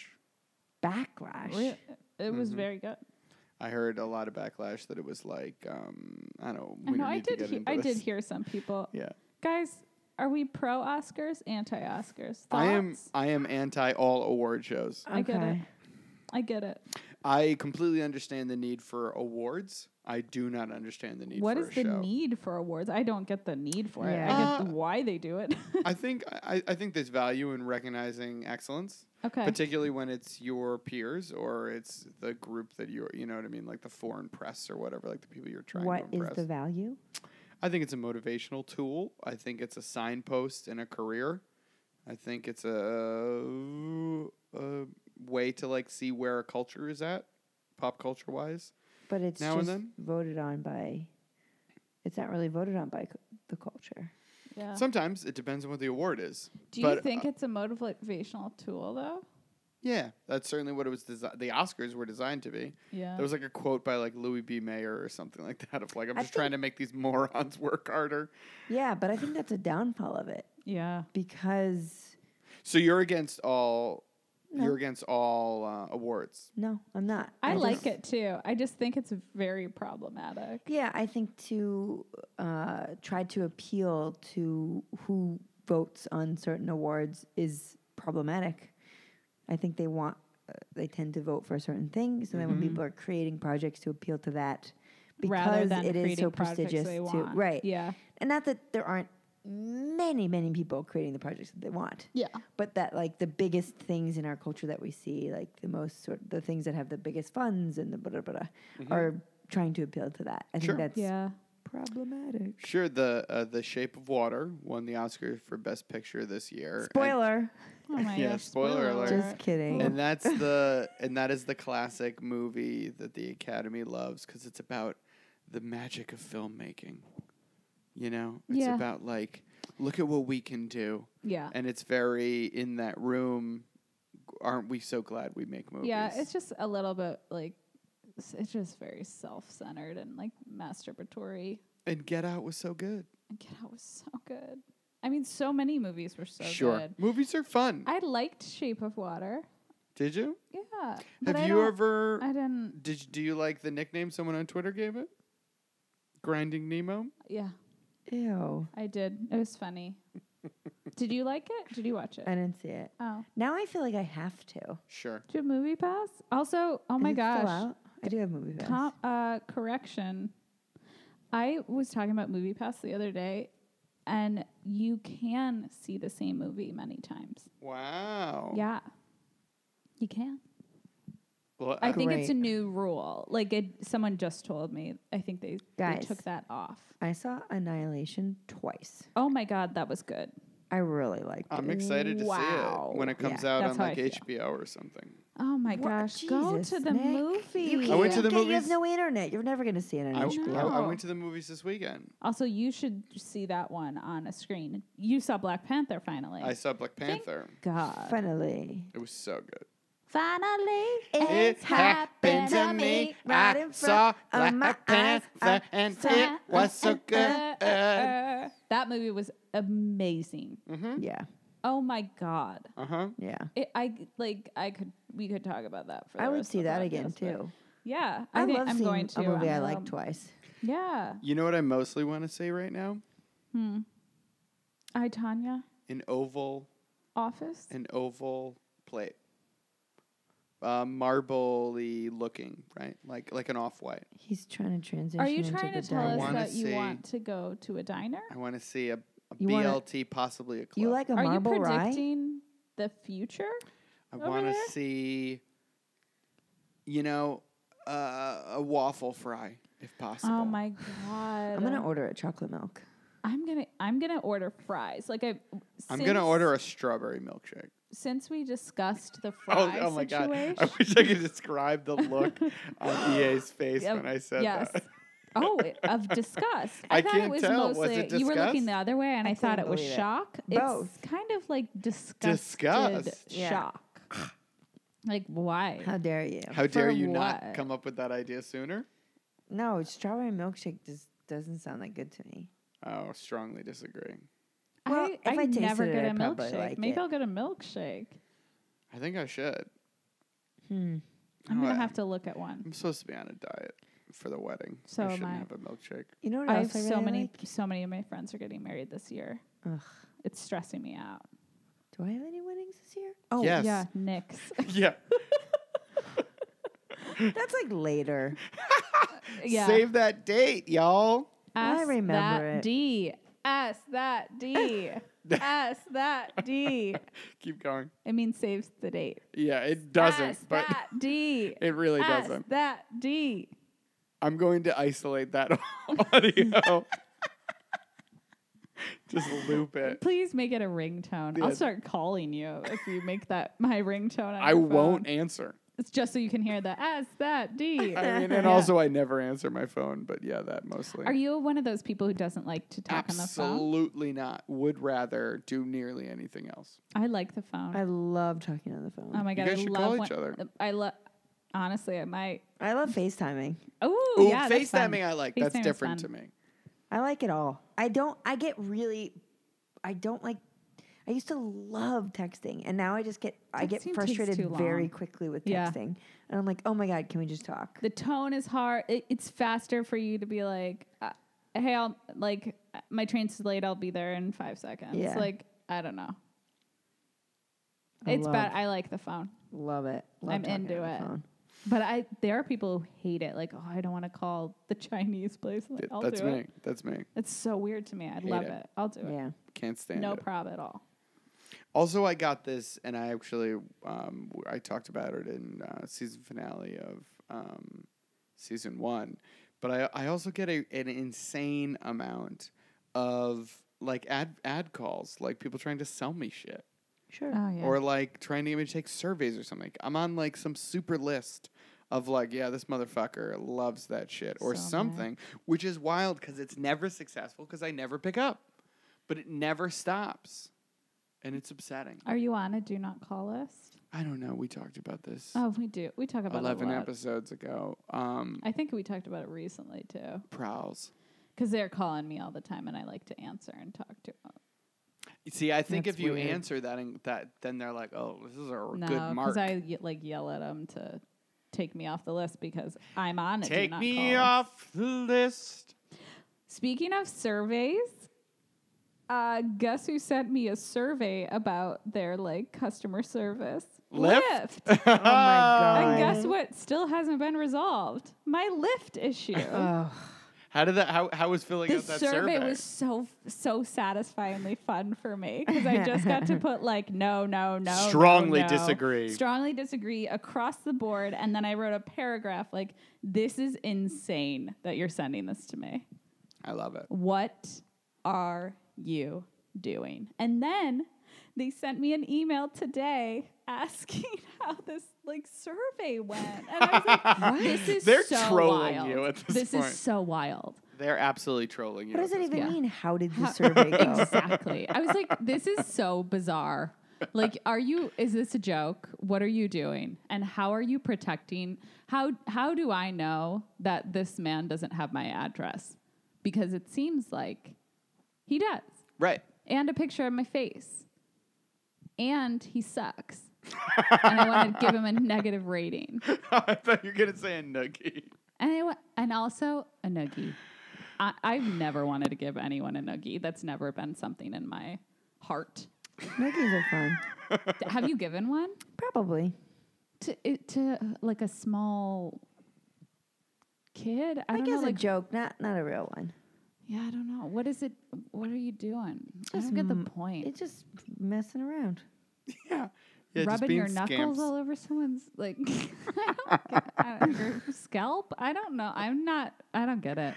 S3: Backlash.
S2: Re- It was
S1: Mm-hmm.
S2: very good.
S1: I heard a lot of backlash that it was like um, I don't. know.
S2: I
S1: We
S2: know.
S1: don't
S2: I
S1: need to
S2: did.
S1: get
S2: He-
S1: into
S2: I did
S1: this.
S2: hear some people.
S1: Yeah.
S2: Guys, are we pro Oscars, anti Oscars?
S1: I am. I am anti all award shows.
S2: I get it.
S3: Okay.
S2: I get it.
S1: I completely understand the need for awards. I do not understand the need
S2: What
S1: for
S2: is
S1: a
S2: the
S1: show. Uh,
S2: need for awards? I don't get the need for it. I
S3: Yeah.
S2: get why they do it.
S1: I think I, I think there's value in recognizing excellence,
S2: okay.
S1: particularly when it's your peers or it's the group that you're you know what I mean, like the foreign press or whatever, like the people you're trying
S3: What
S1: to
S3: is
S1: impress.
S3: the value?
S1: I think it's a motivational tool. I think it's a signpost in a career. I think it's a, a way to like see where a culture is at, pop culture wise.
S3: But it's
S1: Now and
S3: just
S1: then?
S3: voted on by. It's not really voted on by c- the culture.
S2: yeah.
S1: Sometimes it depends on what the award is.
S2: do you
S1: but, uh,
S2: think it's a motivational tool though?
S1: Yeah, that's certainly what it was designed. The Oscars were designed to be.
S2: Yeah.
S1: There was like a quote by like Louis B. Mayer or something like that of like, I'm
S3: I
S1: just trying to make these morons work harder.
S3: Yeah, but I think that's a downfall of it
S2: yeah.
S3: because
S1: So you're against all,
S3: No.
S1: you're against all uh, awards.
S3: no, I'm not.
S2: I,
S3: just-
S2: like it too. I just think it's very problematic.
S3: Yeah, I think to uh, try to appeal to who votes on certain awards is problematic. I think they want, uh, they tend to vote for certain things, and then when people are creating projects to appeal to that,
S2: Mm-hmm. rather
S3: because
S2: than
S3: it is
S2: creating
S3: so
S2: projects
S3: prestigious,
S2: they
S3: to,
S2: want.
S3: right?
S2: Yeah.
S3: and not that there aren't many, many people creating the projects that they want.
S2: Yeah.
S3: But that like the biggest things in our culture that we see, like the most sort the things that have the biggest funds and the blah blah blah, are trying to appeal to that. I
S1: Mm-hmm. Sure.
S3: think that's
S2: Yeah.
S3: problematic.
S1: Sure, the uh, the Shape of Water won the Oscar for Best Picture this year. Er, and-
S3: Spoiler.
S2: Oh my
S1: Yeah,
S2: gosh.
S1: spoiler alert.
S3: Just kidding.
S1: And, that's the and that is the classic movie that the Academy loves because it's about the magic of filmmaking. You know, it's
S2: Yeah.
S1: about like look at what we can do,
S2: Yeah.
S1: and it's very in that room. Aren't we so glad we make movies?
S2: Yeah, it's just a little bit like s- it's just very self-centered and like masturbatory.
S1: and Get Out was so good.
S2: And Get Out was so good. I mean, so many movies were so
S1: sure,
S2: good.
S1: movies are fun.
S2: I liked Shape of Water.
S1: Did you?
S2: Yeah. but
S1: Have
S2: I
S1: you
S2: don't-
S1: ever?
S2: I didn't.
S1: Did you- do you like the nickname someone on Twitter gave it? Grinding Nemo.
S2: Yeah,
S3: Ew.
S2: I did. It was funny. did you like it? Did you watch it?
S3: I didn't see it.
S2: oh,
S3: Now I feel like I have to.
S1: Sure.
S2: did movie pass? Also, oh my
S3: Is it still
S2: gosh.
S3: out? I do have movie pass.
S2: Com- uh, correction. I was talking about Movie Pass the other day, and you can see the same movie many times.
S1: Wow.
S3: Oh.
S2: Yeah, you can.
S1: Well,
S2: I think it's a
S3: Great.
S2: new rule. Like it, someone just told me. I think they, they
S3: Guys.
S2: took that off.
S3: I saw Annihilation twice.
S2: Oh my god, that was good.
S3: I really liked
S1: I'm
S3: it.
S1: excited
S2: Wow.
S1: to see it when it comes
S3: Yeah,
S1: out
S2: that's
S1: on
S2: how I
S1: like
S2: feel.
S1: HBO or something.
S2: Oh my
S3: What-
S2: gosh, go to
S3: Jesus,
S2: the
S3: Nick. You
S2: movie.
S3: can't
S1: I went to the
S3: get- You have
S1: movies-
S3: no internet. You're never going to see it on
S1: I, w-
S3: HBO.
S1: I- I
S2: No.
S1: went to the movies this weekend.
S2: also, you should see that one on a screen. You saw Black Panther finally.
S1: I saw Black Panther.
S2: God.
S3: Finally.
S1: It was so good.
S2: Finally,
S3: It's happened to me right in front of my eyes. I
S1: and
S3: saw it.
S1: Uh
S2: That movie was amazing.
S3: Yeah.
S2: Oh my god!
S3: uh-huh.
S1: huh.
S3: Yeah.
S2: It, I like I could we could talk about that for. the
S3: I would
S2: rest
S3: see
S2: of the
S3: that again
S2: podcast, but
S3: too.
S2: Yeah,
S3: I,
S2: I, think
S3: love
S2: I'm
S3: seeing
S2: going to
S3: a movie
S2: I'm
S3: I like
S2: um,
S3: twice.
S2: Yeah,
S1: You know what I mostly want to say right now?
S2: I Tanya
S1: An oval,
S2: Office.
S1: an oval plate. Uh, marbly looking, right? Like like an off white.
S3: He's trying to transition.
S2: Are you
S3: into
S2: trying
S3: the
S2: to tell
S1: I
S2: us
S3: dialogue.
S1: wanna
S2: that you
S1: see-
S2: want to go to a diner?
S1: I want to see a, a
S3: You wanna-
S1: BLT, possibly a club.
S3: you like a
S2: Are you
S3: marble rye?
S2: predicting the future?
S1: I
S2: over
S1: want to
S2: there?
S1: see, you know, uh, a waffle fry if possible.
S2: Oh my god!
S3: I'm gonna
S2: uh,
S3: order a chocolate milk.
S2: I'm gonna I'm gonna order fries. Like I,
S1: I'm gonna order a strawberry milkshake.
S2: since we discussed the
S1: Oh,
S2: fry
S1: oh my god!
S2: situation.
S1: I wish I could describe the look on EA's face
S2: of-
S1: when I said
S2: yes.
S1: that.
S2: oh, it- of disgust. I,
S1: I
S2: thought
S1: can't
S2: it was
S1: tell. Was
S2: mostly
S1: it
S2: you were looking
S1: disgust?
S2: the other way, and I,
S3: I
S2: thought
S3: couldn't
S2: it was
S3: believe it.
S2: shock.
S3: Both.
S2: It's kind of like disgusted
S1: Disgust.
S3: Yeah.
S2: shock. Like why?
S3: How dare you?
S1: How dare
S2: For
S1: you not
S2: what?
S1: come up with that idea sooner?
S3: No, strawberry milkshake just doesn't sound that good to me.
S1: Oh, strongly disagree.
S3: Well,
S2: I,
S3: if I tasted
S2: never
S3: it,
S2: get a
S3: I'd probably
S2: milkshake.
S3: like
S2: Maybe
S3: it.
S2: I'll get a milkshake.
S1: I think I should.
S3: Hmm.
S2: I'm
S1: Oh,
S2: gonna
S1: I-
S2: have to look at one.
S1: I'm supposed to be on a diet for the wedding.
S2: So
S1: I
S2: am
S1: shouldn't
S2: I.
S1: have a milkshake.
S3: You know what
S2: I
S3: else
S2: have
S3: I really
S2: so many,
S3: like?
S2: so many of my friends are getting married this year.
S3: Ugh.
S2: It's stressing me out.
S3: Do I have any weddings this year? Oh,
S1: Yes.
S2: Yeah, Nick's.
S1: yeah.
S3: that's like later.
S2: yeah.
S1: Save that date, y'all.
S3: I
S2: Ask
S3: remember
S2: that
S3: it.
S2: D. Ask that D. Ask that D.
S1: Keep going.
S2: It means saves the date.
S1: Yeah, it doesn't,
S2: Ask
S1: but
S2: that D.
S1: it really
S2: Ask
S1: doesn't.
S2: that D.
S1: I'm going to isolate that audio. Just loop it.
S2: Please make it a ringtone.
S1: Yeah.
S2: I'll start calling you if you make that my ringtone. On
S1: I
S2: your
S1: won't
S2: phone.
S1: answer.
S2: It's just so you can hear the ask that D.
S1: I mean, and also I never answer my phone, but yeah, that mostly.
S2: Are you one of those people who doesn't like to talk on the phone?
S1: Absolutely not. Would rather do nearly anything else.
S2: I like the phone.
S3: I love talking on the phone.
S2: oh my god,
S1: guys
S2: I
S1: should
S2: love
S1: call each
S2: when-
S1: other.
S2: I love. Honestly, I might.
S3: I love FaceTiming.
S2: Oh
S1: Ooh,
S2: yeah, that's fun.
S1: FaceTiming I like. That's
S2: FaceTime is
S1: different
S2: fun.
S1: to me.
S3: I like it all. I don't. I get really. I don't like. I used to love texting, and now I just get. I get
S2: Texting takes
S3: frustrated
S2: too
S3: very
S2: long.
S3: quickly with texting,
S2: Yeah.
S3: and I'm like, oh my god, can we just talk?
S2: the tone is hard. It, it's faster for you to be like, uh, "Hey, I'll like uh, my train's late. I'll be there in five seconds."
S3: Yeah.
S2: Like I don't know.
S3: I
S2: it's bad.
S3: love-
S2: I like the phone,
S3: Love it. Love
S2: I'm
S3: talking on
S2: into
S3: the
S2: it.
S3: phone.
S2: but I there are people who hate it. Like, oh, I don't want to call the Chinese place. I'm like,
S1: Th-
S2: I'll
S1: That's
S2: do
S1: me.
S2: it.
S1: That's me.
S2: It's so weird to me. I love
S1: it.
S2: it. I'll do it.
S3: Yeah.
S1: Can't stand
S2: no
S1: it.
S2: prob at all.
S1: Also, I got this, and I actually um, w- I talked about it in uh, season finale of um, season one, but I, I also get a, an insane amount of like ad ad calls, like people trying to sell me shit
S3: Sure.
S2: Oh yeah.
S1: or like trying to get me to take surveys or something. I'm on like some super list of like, yeah, this motherfucker loves that shit or
S2: So mad.
S1: something, which is wild because it's never successful because I never pick up, but it never stops. And it's upsetting.
S2: Are you on a do not call list?
S1: I don't know. We talked about this
S2: Oh, we do. We talk about
S1: 11
S2: it a lot.
S1: episodes ago. Um,
S2: I think we talked about it recently too,
S1: prowls.
S2: because they're calling me all the time, and I like to answer and talk to uh, them.
S1: See, I think
S3: That's
S1: if you
S3: weird.
S1: answer that, and that, then they're like, "Oh, this is a r-
S2: No,
S1: good mark."
S2: I ye- like yell at them to take me off the list because I'm on it.
S1: Take me
S2: call.
S1: off the list.
S2: Speaking of surveys, uh, guess who sent me a survey about their like customer service?
S1: Lyft?
S2: Lyft.
S3: Oh my god.
S2: and guess what? Still hasn't been resolved. My Lyft issue.
S3: Oh,
S1: How did that? How how was filling
S2: The
S1: out that
S2: survey,
S1: survey?
S2: was so so satisfyingly fun for me because I just got to put like no, no, no, no,
S1: Strongly
S2: no,
S1: disagree.
S2: strongly disagree across the board, and then I wrote a paragraph like, "This is insane that you're sending this to me.
S1: I love it.
S2: What are you doing?" And then they sent me an email today asking how this like survey went, and I was like, "This is
S1: They're
S2: so
S1: trolling
S2: wild.
S1: you at this point.
S2: is so wild."
S1: They're absolutely trolling you.
S3: what does
S1: at
S3: it even
S1: this
S2: Yeah.
S3: mean? How did the survey go?
S2: exactly. I was like, this is so bizarre. Like, are you? Is this a joke? What are you doing? And how are you protecting? How how do I know that this man doesn't have my address? Because it seems like he does,
S1: Right.
S2: and a picture of my face, and he sucks. and I want to give him a negative rating,
S1: I thought you were gonna say a noogie.
S2: and I wa- and also a noogie. I, I've never wanted to give anyone a noogie. That's never been something in my heart.
S3: Noogies are fun.
S2: D- Have you given one
S3: Probably.
S2: to it, to uh, like a small kid? I
S3: I,
S2: don't
S3: guess
S2: know.
S3: a
S2: Like,
S3: joke, not not a real one.
S2: yeah, I don't know. What is it? What are you doing? I
S3: Just
S2: don't get the
S3: m-
S2: point.
S3: Um, It's just messing around.
S1: Yeah. Yeah, just
S2: Rubbing
S1: being
S2: your knuckles
S1: scamps.
S2: all over someone's like I don't get, I don't- your scalp. I don't know. I'm not. I don't get it.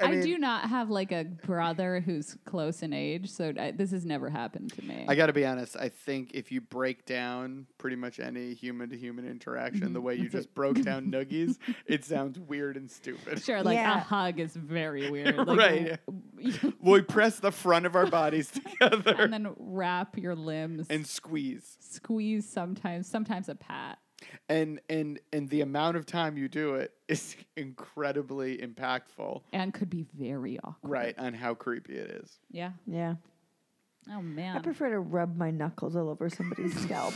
S2: I,
S1: mean-
S2: do not have like a brother who's close in age, so I, this has never happened to me.
S1: I gotta be honest. I think if you break down pretty much any human to human interaction the way you
S2: Mm-hmm.
S1: just broke down noogies, it sounds weird and stupid.
S2: sure, like
S3: Yeah.
S2: a hug is very weird. Like,
S1: Right.
S2: w-
S1: we press the front of our bodies together
S2: and then wrap your limbs
S1: and squeeze.
S2: squeeze sometimes, sometimes a pat.
S1: And and and the amount of time you do it is incredibly impactful,
S2: And could be very awkward.
S1: right, on how creepy it is.
S2: Yeah.
S3: Yeah.
S2: Oh
S3: I
S2: man.
S3: prefer to rub my knuckles all over somebody's scalp.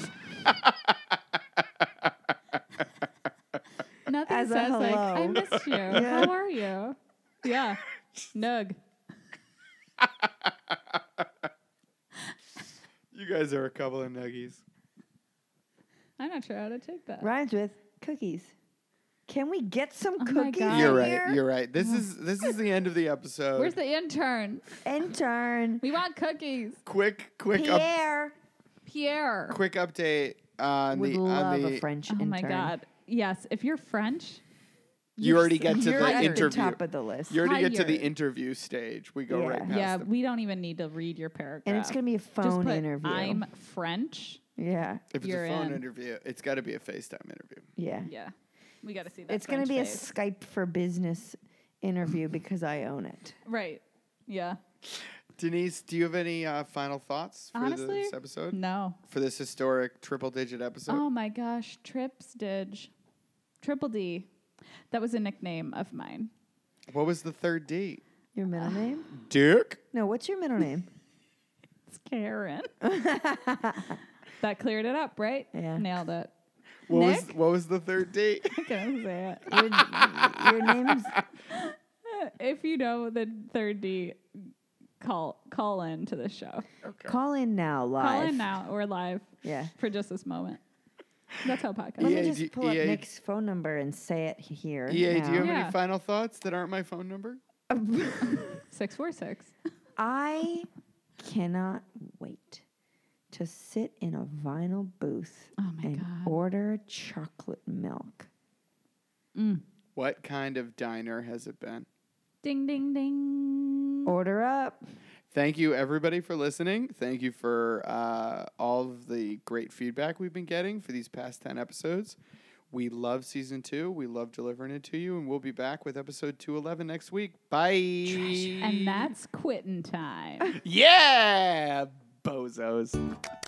S2: Nothing
S3: As a
S2: says like I
S3: hello.
S2: missed you. How are you? Yeah. Nug.
S1: You guys are a couple of nuggies.
S2: I'm not sure how to take that.
S3: Rhymes with cookies. Can we get some
S2: Oh my
S3: cookies?
S2: God.
S1: You're
S3: in
S1: right.
S3: uh, here?
S1: You're right. This is this is the end of the episode.
S2: Where's the intern?
S3: Intern
S2: We want cookies.
S1: quick quick up,
S3: Pierre
S2: Pierre.
S1: quick update on
S3: would
S1: the
S3: love
S1: on the
S3: a French
S2: oh
S3: intern.
S2: my god. Yes. If you're French,
S1: you already get to
S3: You're
S1: the
S3: at
S1: interview.
S3: the top of the list,
S1: you already get to the
S2: Tired.
S1: interview stage. We go
S3: Yeah.
S1: right past
S2: yeah,
S1: them.
S2: we don't even need to read your paragraph.
S3: and it's gonna be a
S2: Just
S3: phone
S2: put,
S3: interview.
S2: I'm French.
S3: yeah,
S1: If it's
S2: you're
S1: a phone
S2: in.
S1: interview, it's got to be a FaceTime interview.
S3: yeah.
S2: Yeah. We got to see that.
S3: It's gonna
S2: French
S3: be a
S2: face.
S3: Skype for business interview because I own it.
S2: right. Yeah.
S1: Denise, do you have any uh, final thoughts for
S2: Honestly,
S1: this episode?
S2: No.
S1: For this historic triple digit episode?
S2: Oh my gosh, Trips Didge. Triple D. That was a nickname of mine.
S1: What was the third D?
S3: Your
S2: Ah.
S3: middle name?
S1: Duke?
S3: No, what's your middle name?
S2: It's Karen. that cleared it up, right?
S3: Yeah.
S2: Nailed it.
S1: What was
S2: Nick?
S1: what was the third D?
S2: I can't say it.
S3: Your, your name's
S2: If you know the third D, call call in to the show.
S1: okay.
S3: call in now live.
S2: Call in now. We're live
S3: Yeah.
S2: for just this moment. That's how
S3: Let
S2: podcast.
S3: me
S1: Yeah,
S3: just
S1: E do-
S3: pull
S1: yeah,
S3: up
S1: you-
S3: Nick's phone number and say it here.
S1: EA, E do you have
S3: now.
S2: Yeah.
S1: any final thoughts that aren't my phone number?
S2: Six four six.
S3: I cannot wait to sit in a vinyl booth
S2: Oh my
S3: and
S2: god.
S3: order chocolate milk.
S1: What kind of diner has it been?
S2: Ding, ding, ding.
S3: Order up.
S1: Thank you, everybody, for listening. Thank you for uh, all of the great feedback we've been getting for these past 10 episodes. We love season two. We love delivering it to you. And we'll be back with episode 211 next week. Bye.
S2: And that's quitting time.
S1: Yeah, bozos.